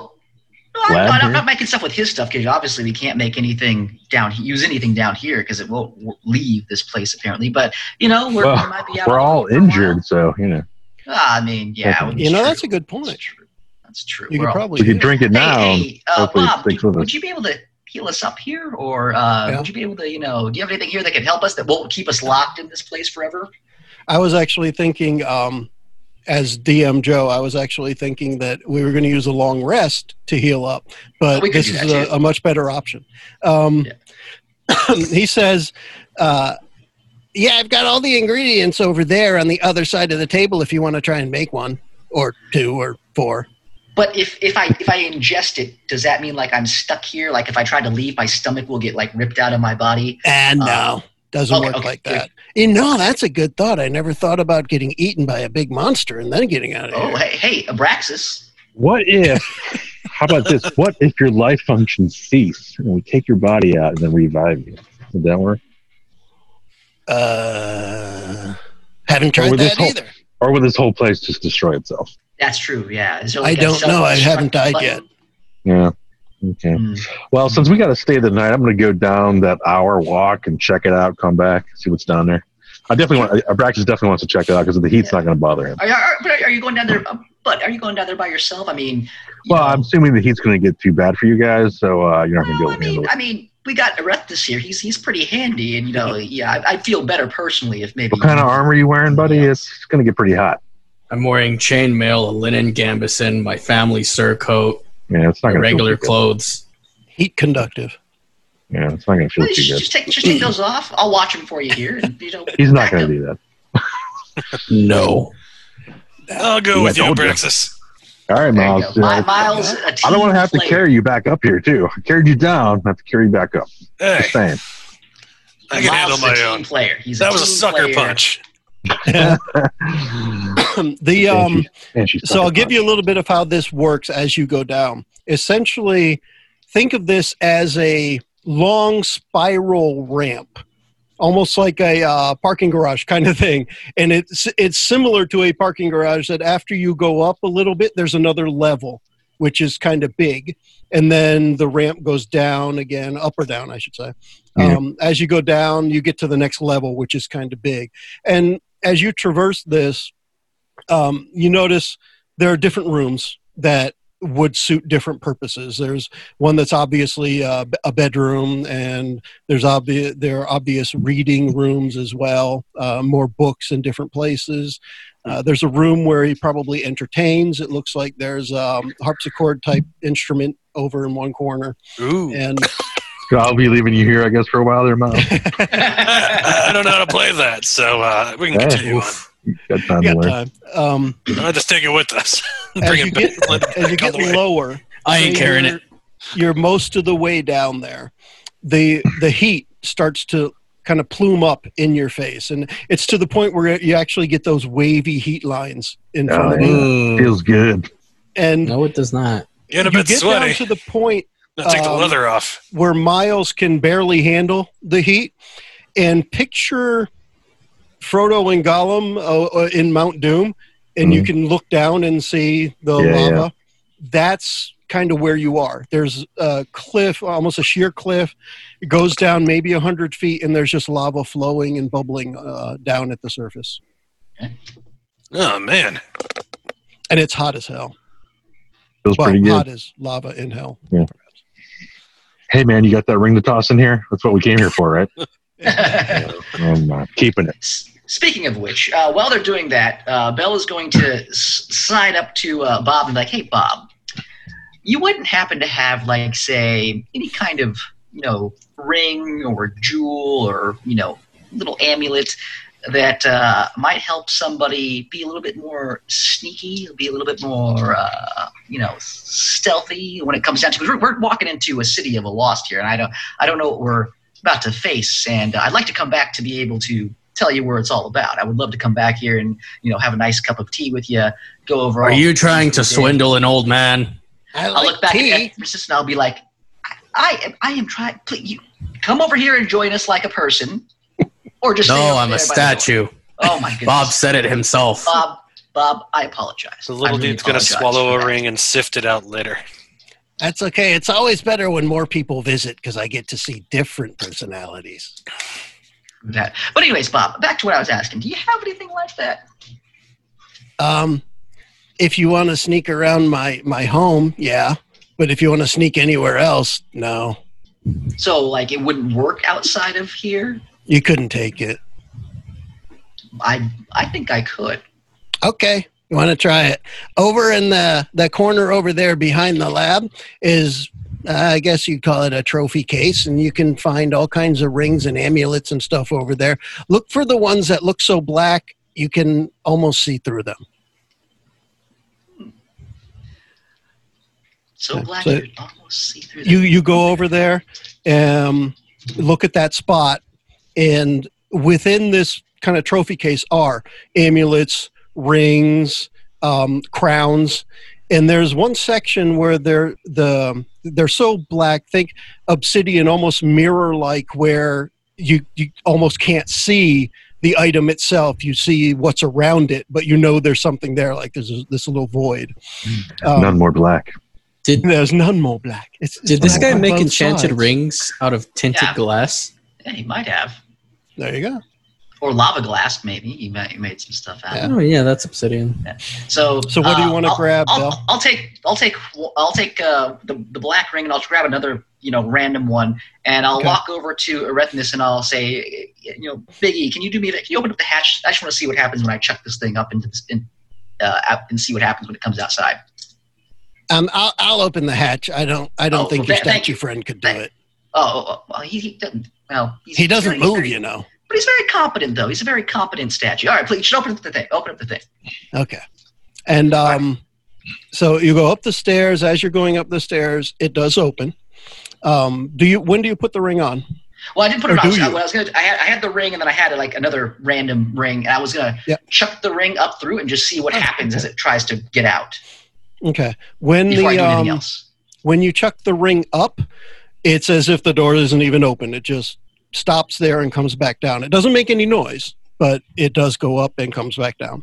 [SPEAKER 4] Well, no, I'm,
[SPEAKER 2] lab
[SPEAKER 4] not, I'm
[SPEAKER 2] here?
[SPEAKER 4] not making stuff with his stuff because obviously we can't make anything down he- use anything down here because it won't w- leave this place apparently. But you know we're,
[SPEAKER 2] Well,
[SPEAKER 4] we might be out
[SPEAKER 2] we're
[SPEAKER 4] on the
[SPEAKER 2] all
[SPEAKER 4] road for a while.
[SPEAKER 2] injured, so you know
[SPEAKER 4] Ah, I mean, yeah,
[SPEAKER 2] Okay.
[SPEAKER 1] You know, that's a good
[SPEAKER 4] That's
[SPEAKER 1] point.
[SPEAKER 4] true. That's true.
[SPEAKER 1] You
[SPEAKER 4] We're
[SPEAKER 1] could
[SPEAKER 4] all-
[SPEAKER 1] probably
[SPEAKER 2] we
[SPEAKER 1] do
[SPEAKER 2] could
[SPEAKER 1] it.
[SPEAKER 2] drink it now.
[SPEAKER 4] Hey, hey, uh,
[SPEAKER 2] hopefully it
[SPEAKER 4] Bob,
[SPEAKER 2] sticks
[SPEAKER 4] do-
[SPEAKER 2] with us.
[SPEAKER 4] would you be able to heal us up here, or uh,
[SPEAKER 1] Yeah.
[SPEAKER 4] would you be able to, you know, do you have anything here that can help us that won't keep us locked in this place forever?
[SPEAKER 1] I was actually thinking, um, as DM Joe, I was actually thinking that we were going to use a long rest to heal up, but
[SPEAKER 4] We could
[SPEAKER 1] this
[SPEAKER 4] do
[SPEAKER 1] is
[SPEAKER 4] that too.
[SPEAKER 1] a, a much better option. Um, he says, uh, Yeah, I've got all the ingredients over there on the other side of the table if you want to try and make one or two or four.
[SPEAKER 4] But if, if I if I ingest it, does that mean like I'm stuck here? Like if I try to leave, my stomach will get like ripped out of my body.
[SPEAKER 1] And no, doesn't
[SPEAKER 4] Uh, okay,
[SPEAKER 1] work
[SPEAKER 4] okay,
[SPEAKER 1] like
[SPEAKER 4] good.
[SPEAKER 1] that. You know, that's a good thought. I never thought about getting eaten by a big monster and then getting out of
[SPEAKER 4] Oh,
[SPEAKER 1] here.
[SPEAKER 4] hey, hey, Abraxas.
[SPEAKER 2] What if? How about this? What if your life functions cease and we take your body out and then revive you? Would that work?
[SPEAKER 1] Uh, haven't tried
[SPEAKER 2] with this
[SPEAKER 1] that
[SPEAKER 2] whole-
[SPEAKER 1] either.
[SPEAKER 2] Or will this whole place just destroy itself?
[SPEAKER 4] That's true. Yeah. Is there,
[SPEAKER 1] I
[SPEAKER 4] a
[SPEAKER 1] don't know, I
[SPEAKER 4] self-destruct
[SPEAKER 1] haven't died
[SPEAKER 4] button?
[SPEAKER 1] yet.
[SPEAKER 2] Yeah. Okay.
[SPEAKER 4] Hmm.
[SPEAKER 2] Well, since we got to stay the night, I'm going to go down that hour walk and check it out. Come back, see what's down there. I definitely want. Abraxas definitely wants to check it out because the heat's not going to bother him.
[SPEAKER 4] Are, you- are, but are you going down there? uh, But are you going down there by yourself? I mean, you
[SPEAKER 2] Well,
[SPEAKER 4] know,
[SPEAKER 2] I'm assuming the heat's going to get too bad for you guys, so uh, you're not going to deal
[SPEAKER 4] well, I
[SPEAKER 2] with me.
[SPEAKER 4] mean, I mean, we got Erethus here. He's he's pretty handy, and you know, yeah, I, I'd feel better personally if maybe.
[SPEAKER 2] What kind of armor are you wearing, buddy?
[SPEAKER 4] Yeah.
[SPEAKER 2] It's going to get pretty hot.
[SPEAKER 3] I'm wearing chainmail, a linen gambeson, my family surcoat,
[SPEAKER 2] Yeah, it's not going to
[SPEAKER 3] regular
[SPEAKER 2] feel too
[SPEAKER 3] clothes.
[SPEAKER 1] Heat conductive.
[SPEAKER 2] good. Yeah, it's not going to feel
[SPEAKER 4] Well, you
[SPEAKER 2] too
[SPEAKER 4] should
[SPEAKER 2] good.
[SPEAKER 4] just take just take those off. I'll watch him for you here. And, you know,
[SPEAKER 2] He's not
[SPEAKER 4] pack
[SPEAKER 2] going to
[SPEAKER 4] them.
[SPEAKER 2] do that.
[SPEAKER 3] No.
[SPEAKER 1] now.
[SPEAKER 5] I'll go
[SPEAKER 2] Yeah,
[SPEAKER 5] with you,
[SPEAKER 2] told ya.
[SPEAKER 5] Braxis.
[SPEAKER 2] All right,
[SPEAKER 4] There you
[SPEAKER 2] Miles.
[SPEAKER 4] go. Mi-
[SPEAKER 2] uh,
[SPEAKER 4] Miles, a
[SPEAKER 2] I don't want to have to
[SPEAKER 4] team
[SPEAKER 2] carry you back up here, too. I carried you down. I have to carry you back up.
[SPEAKER 5] Hey,
[SPEAKER 2] Just saying.
[SPEAKER 5] I
[SPEAKER 4] player.
[SPEAKER 5] can
[SPEAKER 4] Miles
[SPEAKER 5] handle
[SPEAKER 4] is
[SPEAKER 5] my
[SPEAKER 4] a team
[SPEAKER 5] own.
[SPEAKER 4] Player. He's
[SPEAKER 5] That was a
[SPEAKER 4] team
[SPEAKER 5] sucker
[SPEAKER 4] player.
[SPEAKER 5] punch.
[SPEAKER 1] the um,
[SPEAKER 2] And she's
[SPEAKER 1] so I'll give you a little bit of how this works as you go down. Essentially, think of this as a long spiral ramp, almost like a uh, parking garage kind of thing. And it's it's similar to a parking garage that after you go up a little bit, there's another level, which is kind of big, and then the ramp goes down again, up or down, I should say.
[SPEAKER 2] Yeah.
[SPEAKER 1] Um, as you go down, you get to the next level, which is kind of big. And as you traverse this, um, you notice there are different rooms that would suit different purposes. There's one that's obviously uh, b- a bedroom, and there's obvious there are obvious reading rooms as well, uh, more books in different places. Uh, there's a room where he probably entertains. It looks like there's a um, harpsichord type instrument over in one corner,
[SPEAKER 5] Ooh.
[SPEAKER 1] and
[SPEAKER 2] So I'll be leaving you here, I guess, for a while there, Miles.
[SPEAKER 5] I, I don't know how to play that, so uh, we can
[SPEAKER 2] Yeah.
[SPEAKER 5] continue on.
[SPEAKER 2] Got time
[SPEAKER 1] you
[SPEAKER 2] to
[SPEAKER 1] got
[SPEAKER 2] learn.
[SPEAKER 1] time. Um,
[SPEAKER 5] I'll just take it with us.
[SPEAKER 1] As
[SPEAKER 5] Bring
[SPEAKER 1] you
[SPEAKER 5] it back.
[SPEAKER 1] get-
[SPEAKER 5] let it
[SPEAKER 1] as you
[SPEAKER 5] back
[SPEAKER 1] get
[SPEAKER 5] on the way.
[SPEAKER 1] lower,
[SPEAKER 3] I ain't
[SPEAKER 1] So
[SPEAKER 3] carrying
[SPEAKER 1] you're-
[SPEAKER 3] it.
[SPEAKER 1] You're most of the way down there. The the heat starts to kind of plume up in your face, and it's to the point where you actually get those wavy heat lines in front
[SPEAKER 2] Oh,
[SPEAKER 1] of
[SPEAKER 2] yeah.
[SPEAKER 1] you.
[SPEAKER 2] Feels good.
[SPEAKER 1] And
[SPEAKER 3] No, it does not.
[SPEAKER 5] Get a
[SPEAKER 1] you
[SPEAKER 5] bit
[SPEAKER 1] get down
[SPEAKER 5] sweaty.
[SPEAKER 1] to the point
[SPEAKER 5] Now take the
[SPEAKER 1] um,
[SPEAKER 5] leather off.
[SPEAKER 1] where Miles can barely handle the heat, and picture Frodo and Gollum uh, uh, in Mount Doom, and you
[SPEAKER 2] Mhm.
[SPEAKER 1] can look down and see the
[SPEAKER 2] Yeah,
[SPEAKER 1] lava.
[SPEAKER 2] yeah.
[SPEAKER 1] That's kind of where you are. There's a cliff, almost a sheer cliff. It goes down maybe 100 feet, and there's just lava flowing and bubbling uh, down at the surface.
[SPEAKER 5] Oh man,
[SPEAKER 1] And it's hot as hell.
[SPEAKER 2] Feels
[SPEAKER 1] Well, uh,
[SPEAKER 2] pretty good.
[SPEAKER 1] hot as lava in hell.
[SPEAKER 2] Hey, man, you got that ring to toss in here? That's what we came here for, right? I'm uh, keeping it.
[SPEAKER 4] S- Speaking of which, uh, while they're doing that, uh, Belle is going to s- slide up to uh, Bob and be like, "Hey, Bob, you wouldn't happen to have like, say, any kind of you know ring or jewel or you know little amulet that uh, might help somebody be a little bit more sneaky, be a little bit more uh, you know stealthy when it comes down to because we're, we're walking into a city of a lost here, and I don't I don't know what we're about to face, and uh, I'd like to come back to be able to." tell you where it's all about. I would love to come back here and you know have a nice cup of tea with you. Go over.
[SPEAKER 3] Are
[SPEAKER 4] all
[SPEAKER 3] you
[SPEAKER 4] the
[SPEAKER 3] trying
[SPEAKER 4] things
[SPEAKER 3] to
[SPEAKER 4] we did.
[SPEAKER 3] swindle an old man?
[SPEAKER 1] I
[SPEAKER 4] I'll look back at Ephesus and I'll be like, I, I am, I am trying. Please, you come over here and join us like a person, or just stay
[SPEAKER 3] No,
[SPEAKER 4] over
[SPEAKER 3] I'm
[SPEAKER 4] there
[SPEAKER 3] a
[SPEAKER 4] by the door."
[SPEAKER 3] statue.
[SPEAKER 4] Oh my goodness,
[SPEAKER 3] Bob said it himself.
[SPEAKER 4] Bob, Bob, I apologize.
[SPEAKER 5] the little
[SPEAKER 4] I really
[SPEAKER 5] dude's
[SPEAKER 1] oh,
[SPEAKER 5] gonna
[SPEAKER 4] apologize
[SPEAKER 5] swallow
[SPEAKER 4] for
[SPEAKER 5] a
[SPEAKER 4] that.
[SPEAKER 5] ring and sift it out later.
[SPEAKER 1] That's okay. It's always better when more people visit because I get to see different personalities.
[SPEAKER 4] That. But anyways, Bob, back to what I was asking. Do you have anything like that?
[SPEAKER 1] Um, if you want to sneak around my my home, yeah. But if you want to sneak anywhere else, no,
[SPEAKER 4] So like it wouldn't work outside of here.
[SPEAKER 1] you couldn't take it.
[SPEAKER 4] I I think I could.
[SPEAKER 1] Okay, you want to try it? Over in the the corner over there behind the lab is. Uh, I guess you'd call it a trophy case, and you can find all kinds of rings and amulets and stuff over there. Look for the ones that look so black you can almost see through them.
[SPEAKER 4] So
[SPEAKER 1] Okay,
[SPEAKER 4] glad
[SPEAKER 1] so-
[SPEAKER 4] you could almost see through.
[SPEAKER 1] you
[SPEAKER 4] that.
[SPEAKER 1] you go over there um look at that spot and within this kind of trophy case are amulets rings um, crowns and there's one section where they're the they're so black think obsidian almost mirror like where you you almost can't see the item itself you see what's around it but you know there's something there like there's this little void Um,
[SPEAKER 2] None more black.
[SPEAKER 3] Did
[SPEAKER 1] there's none more black. It's, it's
[SPEAKER 3] did this
[SPEAKER 1] black
[SPEAKER 3] guy
[SPEAKER 1] on
[SPEAKER 3] make
[SPEAKER 1] both
[SPEAKER 3] enchanted
[SPEAKER 1] sides.
[SPEAKER 3] rings out of tinted
[SPEAKER 4] Yeah.
[SPEAKER 3] glass?
[SPEAKER 4] Yeah, he might have.
[SPEAKER 1] There you go.
[SPEAKER 4] Or lava glass, maybe. He might he made some stuff out. of it.
[SPEAKER 1] Yeah.
[SPEAKER 3] Oh yeah, that's obsidian.
[SPEAKER 4] So,
[SPEAKER 1] So what do you
[SPEAKER 4] uh,
[SPEAKER 1] wanna
[SPEAKER 4] I'll-
[SPEAKER 1] grab,
[SPEAKER 4] I'll,
[SPEAKER 1] Bill?
[SPEAKER 4] I'll take, I'll take, I'll take uh, the the black ring, and I'll grab another, you know, random one, and I'll
[SPEAKER 1] Okay.
[SPEAKER 4] walk over to Erethnus, and I'll say, you know, Biggie, can you do me? a- Can you open up the hatch? I just want to see what happens when I chuck this thing up into this, in, uh, out and see what happens when it comes outside.
[SPEAKER 1] Um, I'll, I'll open the hatch. I don't. I don't
[SPEAKER 4] Oh,
[SPEAKER 1] think your
[SPEAKER 4] tha- thank
[SPEAKER 1] statue
[SPEAKER 4] you.
[SPEAKER 1] friend could do
[SPEAKER 4] Thank-
[SPEAKER 1] it.
[SPEAKER 4] Oh, oh, oh, well, he, he doesn't. Well, he's
[SPEAKER 1] He doesn't
[SPEAKER 4] very-
[SPEAKER 1] move,
[SPEAKER 4] very-
[SPEAKER 1] you know.
[SPEAKER 4] but he's very competent, though. He's a very competent statue. All right, please, you should open up the thing. Open up the thing.
[SPEAKER 1] Okay. And um, so you go up the stairs. As you're going up the stairs, it does open. Um, do you? When do you put the ring on?
[SPEAKER 4] Well, I didn't put
[SPEAKER 1] Or
[SPEAKER 4] it on.
[SPEAKER 1] Oh, do
[SPEAKER 4] I,
[SPEAKER 1] you?
[SPEAKER 4] what I was gonna, I had, I had the ring, and then I had like another random ring, and I was gonna
[SPEAKER 1] Yeah. Oh,
[SPEAKER 4] chuck the ring up through it and just see what happens as it tries to get out
[SPEAKER 1] Okay. When
[SPEAKER 4] before I
[SPEAKER 1] the
[SPEAKER 4] do anything
[SPEAKER 1] um,
[SPEAKER 4] else.
[SPEAKER 1] when you chuck the ring up, it's as if the door isn't even open. It just stops there and comes back down. It doesn't make any noise, but it does go up and comes back down.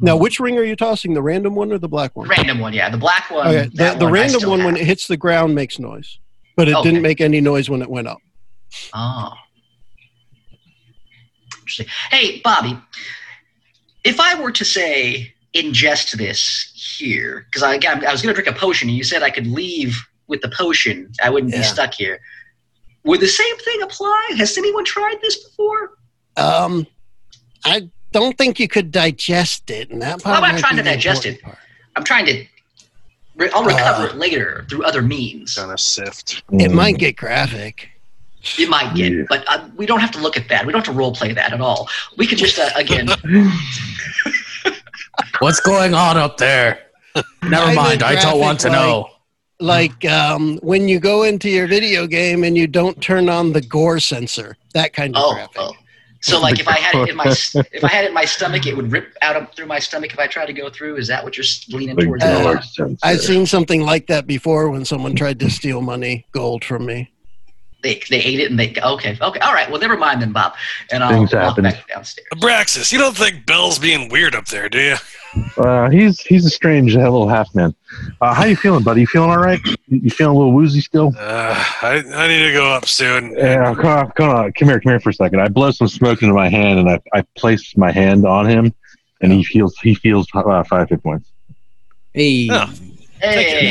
[SPEAKER 1] Now, which ring are you tossing? The random one or the black one?
[SPEAKER 4] Hmm. Random one, yeah. The black one.
[SPEAKER 1] Okay. The,
[SPEAKER 4] that
[SPEAKER 1] the
[SPEAKER 4] one I
[SPEAKER 1] random
[SPEAKER 4] still
[SPEAKER 1] one,
[SPEAKER 4] have.
[SPEAKER 1] when it hits the ground, makes noise, but it
[SPEAKER 4] Okay.
[SPEAKER 1] didn't make any noise when it went up.
[SPEAKER 4] Oh. Interesting. Hey, Bobby, if I were to say ingest this here, because I, I was going to drink a potion and you said I could leave with the potion, I wouldn't be
[SPEAKER 1] Yeah.
[SPEAKER 4] stuck here. Would the same thing apply? Has anyone tried this before?
[SPEAKER 1] Um, I don't think you could digest it, and that
[SPEAKER 4] Well,
[SPEAKER 1] part.
[SPEAKER 4] I'm not
[SPEAKER 1] might
[SPEAKER 4] trying
[SPEAKER 1] be
[SPEAKER 4] to
[SPEAKER 1] the
[SPEAKER 4] digest
[SPEAKER 1] important part.
[SPEAKER 4] I'm trying to. re- I'll recover
[SPEAKER 1] Uh.
[SPEAKER 4] it later through other means.
[SPEAKER 6] Gonna sift.
[SPEAKER 1] It
[SPEAKER 2] Mm.
[SPEAKER 1] might get graphic.
[SPEAKER 4] It might get,
[SPEAKER 2] Yeah.
[SPEAKER 4] but uh, we don't have to look at that. We don't have to role play that at all. We could just uh, again.
[SPEAKER 3] What's going on up there? Never
[SPEAKER 1] I
[SPEAKER 3] mind.
[SPEAKER 1] did
[SPEAKER 3] I don't
[SPEAKER 1] graphic,
[SPEAKER 3] want to
[SPEAKER 1] like-
[SPEAKER 3] know.
[SPEAKER 1] Like um, when you go into your video game and you don't turn on the gore sensor, that kind of
[SPEAKER 4] Oh,
[SPEAKER 1] graphic.
[SPEAKER 4] oh. so like if I had it in my if I had it in my stomach, it would rip out of, through my stomach if I tried to go through. Is that what you're s- leaning
[SPEAKER 2] The
[SPEAKER 4] towards?
[SPEAKER 1] Uh,
[SPEAKER 2] dollar
[SPEAKER 4] Uh,
[SPEAKER 2] sensor.
[SPEAKER 1] I've seen something like that before when someone tried to steal money, gold from me.
[SPEAKER 4] they they ate it and they okay okay all right. Well, never mind then, Bob. And I'll
[SPEAKER 2] Things
[SPEAKER 4] walk
[SPEAKER 2] happen.
[SPEAKER 4] back downstairs.
[SPEAKER 5] Abraxas, you don't think Bell's being weird up there, do you?
[SPEAKER 2] Uh, he's he's a strange little half man. Uh, how you feeling, buddy? You feeling all right? You you feeling a little woozy still?
[SPEAKER 5] Uh, I, I need to go up soon.
[SPEAKER 2] Yeah, come on, come on, come here, come here for a second. I blow some smoke into my hand, and I, I place my hand on him, and he feels he feels uh, five hit points.
[SPEAKER 3] Hey,
[SPEAKER 5] Oh.
[SPEAKER 4] Hey,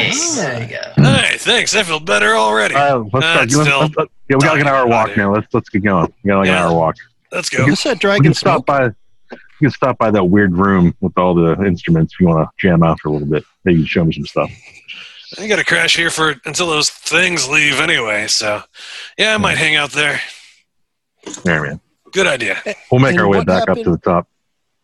[SPEAKER 5] Thank you.
[SPEAKER 4] there you go.
[SPEAKER 5] Hey, thanks. I feel better already.
[SPEAKER 2] Uh, let's
[SPEAKER 5] Uh,
[SPEAKER 2] start.
[SPEAKER 5] it's
[SPEAKER 2] Let's,
[SPEAKER 5] still-
[SPEAKER 2] let's- let's- yeah, we got like an hour
[SPEAKER 5] Talking about
[SPEAKER 2] walk
[SPEAKER 5] it.
[SPEAKER 2] now. Let's let's get going. We got like
[SPEAKER 5] Yeah.
[SPEAKER 2] an hour walk.
[SPEAKER 5] Let's go.
[SPEAKER 1] What's that
[SPEAKER 2] We can
[SPEAKER 1] dragon smoke?
[SPEAKER 2] stop by. You can stop by that weird room with all the instruments. If you want to jam out for a little bit, maybe you can show me some stuff.
[SPEAKER 5] I gotta crash here for until those things leave anyway. So, yeah, I might hang out there.
[SPEAKER 2] There, man.
[SPEAKER 5] Good idea.
[SPEAKER 2] We'll make
[SPEAKER 1] And
[SPEAKER 2] our way
[SPEAKER 1] what
[SPEAKER 2] back up to
[SPEAKER 1] happened-
[SPEAKER 2] the top.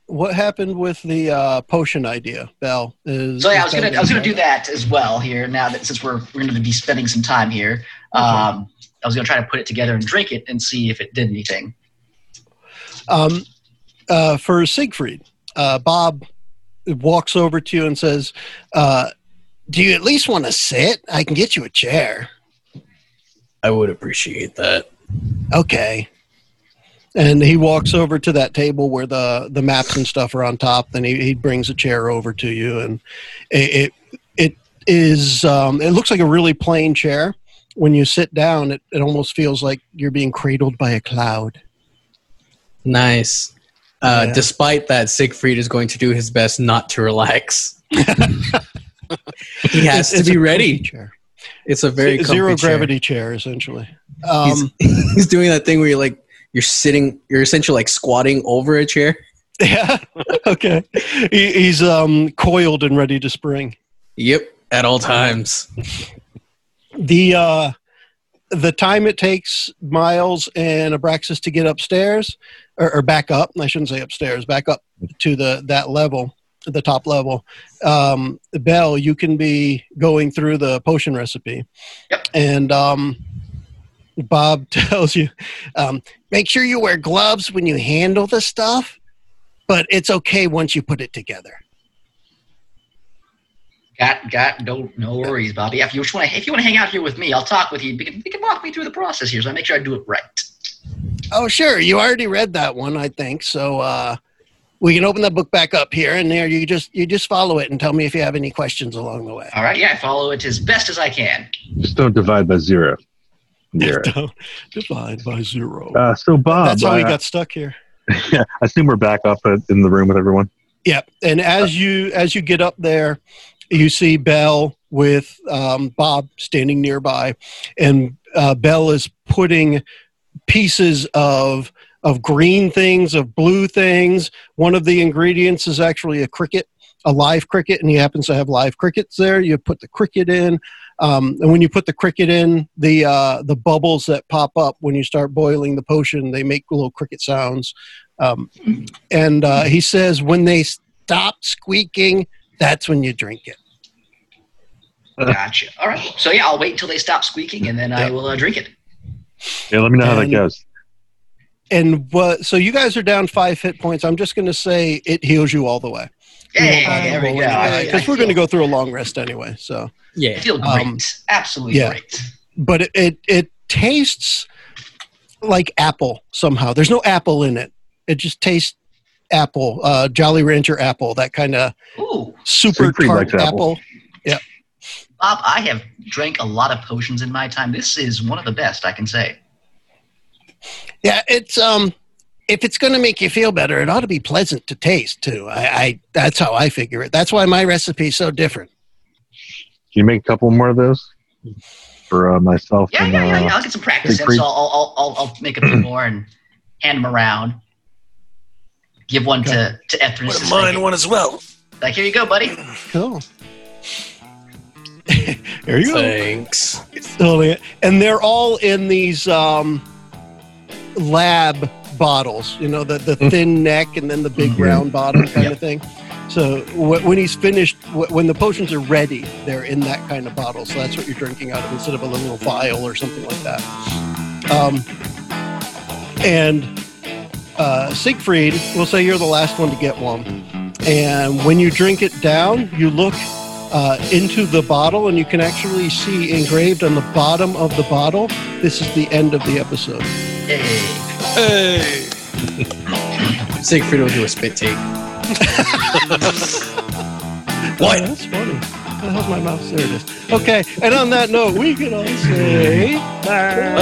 [SPEAKER 1] What happened with the uh, potion idea, Bell? Is,
[SPEAKER 4] So yeah, I was
[SPEAKER 1] is
[SPEAKER 4] gonna
[SPEAKER 1] that
[SPEAKER 4] I was gonna do
[SPEAKER 1] done?
[SPEAKER 4] that as well here. Now that since we're we're gonna be spending some time here, um, I was gonna try to put it together and drink it and see if it did anything.
[SPEAKER 1] Um, uh, for Siegfried, uh, Bob walks over to you and says, uh, "Do you at least want to sit? I can get you a chair."
[SPEAKER 3] I would appreciate that.
[SPEAKER 1] Okay. And he walks over to that table where the the maps and stuff are on top. Then he, he brings a chair over to you, and it it, it is um, it looks like a really plain chair. When you sit down, it, it almost feels like you're being cradled by a cloud.
[SPEAKER 3] Nice. Uh,
[SPEAKER 1] Yeah.
[SPEAKER 3] Despite that, Siegfried is going to do his best not to relax. he has
[SPEAKER 1] It's-
[SPEAKER 3] to
[SPEAKER 1] it's
[SPEAKER 3] be
[SPEAKER 1] a
[SPEAKER 3] ready.
[SPEAKER 1] comfy chair.
[SPEAKER 3] It's a very comfy
[SPEAKER 1] zero
[SPEAKER 3] chair.
[SPEAKER 1] gravity chair, essentially. Um,
[SPEAKER 3] He's, he's doing that thing where you're like you're sitting, you're essentially like squatting over a chair.
[SPEAKER 1] Yeah. okay. He, he's um, coiled and ready to spring.
[SPEAKER 3] Yep, at all times.
[SPEAKER 1] The uh, the time it takes Miles and Abraxas to get upstairs or, or back up. I shouldn't say upstairs. Back up to the that level, the top level. Um, Bell, you can be going through the potion recipe.
[SPEAKER 4] Yep.
[SPEAKER 1] And um, Bob tells you, um, make sure you wear gloves when you handle the stuff, but it's okay once you put it together.
[SPEAKER 4] Got got no no worries, Bobby. If you just want to if you want to hang out here with me, I'll talk with you. You can, you can walk me through the process here, so I make sure I do it right.
[SPEAKER 1] Oh, sure. You already read that one, I think. So uh, we can open that book back up here, and there you just you just follow it and tell me if you have any questions along the way.
[SPEAKER 4] All right, yeah, I follow it as best as I can.
[SPEAKER 2] Just don't divide by zero. Yeah.
[SPEAKER 1] Divide by zero.
[SPEAKER 2] Uh, so Bob,
[SPEAKER 1] That's how we
[SPEAKER 2] uh,
[SPEAKER 1] got stuck here.
[SPEAKER 2] yeah, I assume we're back up uh, in the room with everyone.
[SPEAKER 1] Yeah, and as you as you get up there, you see Bell with um, Bob standing nearby, and uh, Bell is putting pieces of of green things, of blue things. One of the ingredients is actually a cricket, a live cricket, and he happens to have live crickets there. You put the cricket in, um, and when you put the cricket in, the uh, the bubbles that pop up when you start boiling the potion, they make little cricket sounds. Um, and uh, he says when they stop squeaking That's when you drink it.
[SPEAKER 4] Uh-huh. Gotcha. All right. So yeah, I'll wait until they stop squeaking, and then I will uh, drink it.
[SPEAKER 2] Yeah, let me know how that
[SPEAKER 1] And-
[SPEAKER 2] goes.
[SPEAKER 1] And what? So you guys are down five hit points. I'm just going to say it heals you all the way.
[SPEAKER 4] Hey, there we go. I like-
[SPEAKER 1] Because
[SPEAKER 4] I
[SPEAKER 1] we're going to
[SPEAKER 4] feel-
[SPEAKER 1] go through a long rest anyway. So,
[SPEAKER 4] I
[SPEAKER 3] Yeah.
[SPEAKER 4] feel great.
[SPEAKER 1] um,
[SPEAKER 4] Absolutely
[SPEAKER 1] yeah.
[SPEAKER 4] great.
[SPEAKER 1] but it it, it tastes like apple somehow. There's no apple in it. It just tastes apple, uh, Jolly Rancher apple, that kind of
[SPEAKER 4] Ooh,
[SPEAKER 1] super
[SPEAKER 2] Siegfried
[SPEAKER 1] tart
[SPEAKER 2] likes apple.
[SPEAKER 1] apple.
[SPEAKER 4] Bob, I have drank a lot of potions in my time. This is one of the best I can say.
[SPEAKER 1] Yeah, it's um, if it's going to make you feel better, it ought to be pleasant to taste too. I, I that's how I figure it. That's why my recipe's so different.
[SPEAKER 2] Can you make a couple more of those for uh, myself?
[SPEAKER 4] Yeah,
[SPEAKER 2] and,
[SPEAKER 4] yeah, yeah,
[SPEAKER 2] uh,
[SPEAKER 4] yeah. I'll get some practice in,
[SPEAKER 2] Siegfried.
[SPEAKER 4] so I'll, I'll, I'll, I'll make a few more and hand them around. Give one to to Ethrin.
[SPEAKER 5] Would have
[SPEAKER 4] It's
[SPEAKER 5] mine
[SPEAKER 4] Like,
[SPEAKER 5] one as well.
[SPEAKER 4] like, here you go, buddy.
[SPEAKER 1] Cool. there you go.
[SPEAKER 3] Thanks.
[SPEAKER 1] Totally. And they're all in these um, lab bottles, you know, the, the thin neck and then the big
[SPEAKER 2] Mhm.
[SPEAKER 1] round bottom kind
[SPEAKER 4] Yep.
[SPEAKER 1] of thing. So wh- when he's finished, wh- when the potions are ready, they're in that kind of bottle. So that's what you're drinking out of instead of a little vial or something like that. Um, and uh, Siegfried, we'll say you're the last one to get one. And when you drink it down, you look uh, into the bottle and you can actually see engraved on the bottom of the bottle, this is the end of the episode.
[SPEAKER 4] Hey.
[SPEAKER 5] Hey.
[SPEAKER 3] Siegfried will do a spit take.
[SPEAKER 1] What? that's funny. What the hell's my mouse? There it is. Okay, and on that note, we can all say
[SPEAKER 5] Bye-bye.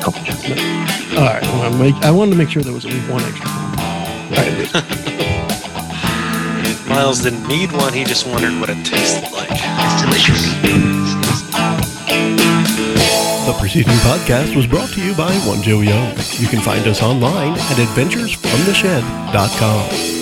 [SPEAKER 2] couple just-
[SPEAKER 1] All right, I wanna make- I wanted to make sure there was at least one extra.
[SPEAKER 5] Miles didn't need one, he just wondered what it tasted like.
[SPEAKER 4] It's delicious.
[SPEAKER 6] The preceding podcast was brought to you by One Joey O. You can find us online at adventuresfromtheshed.com.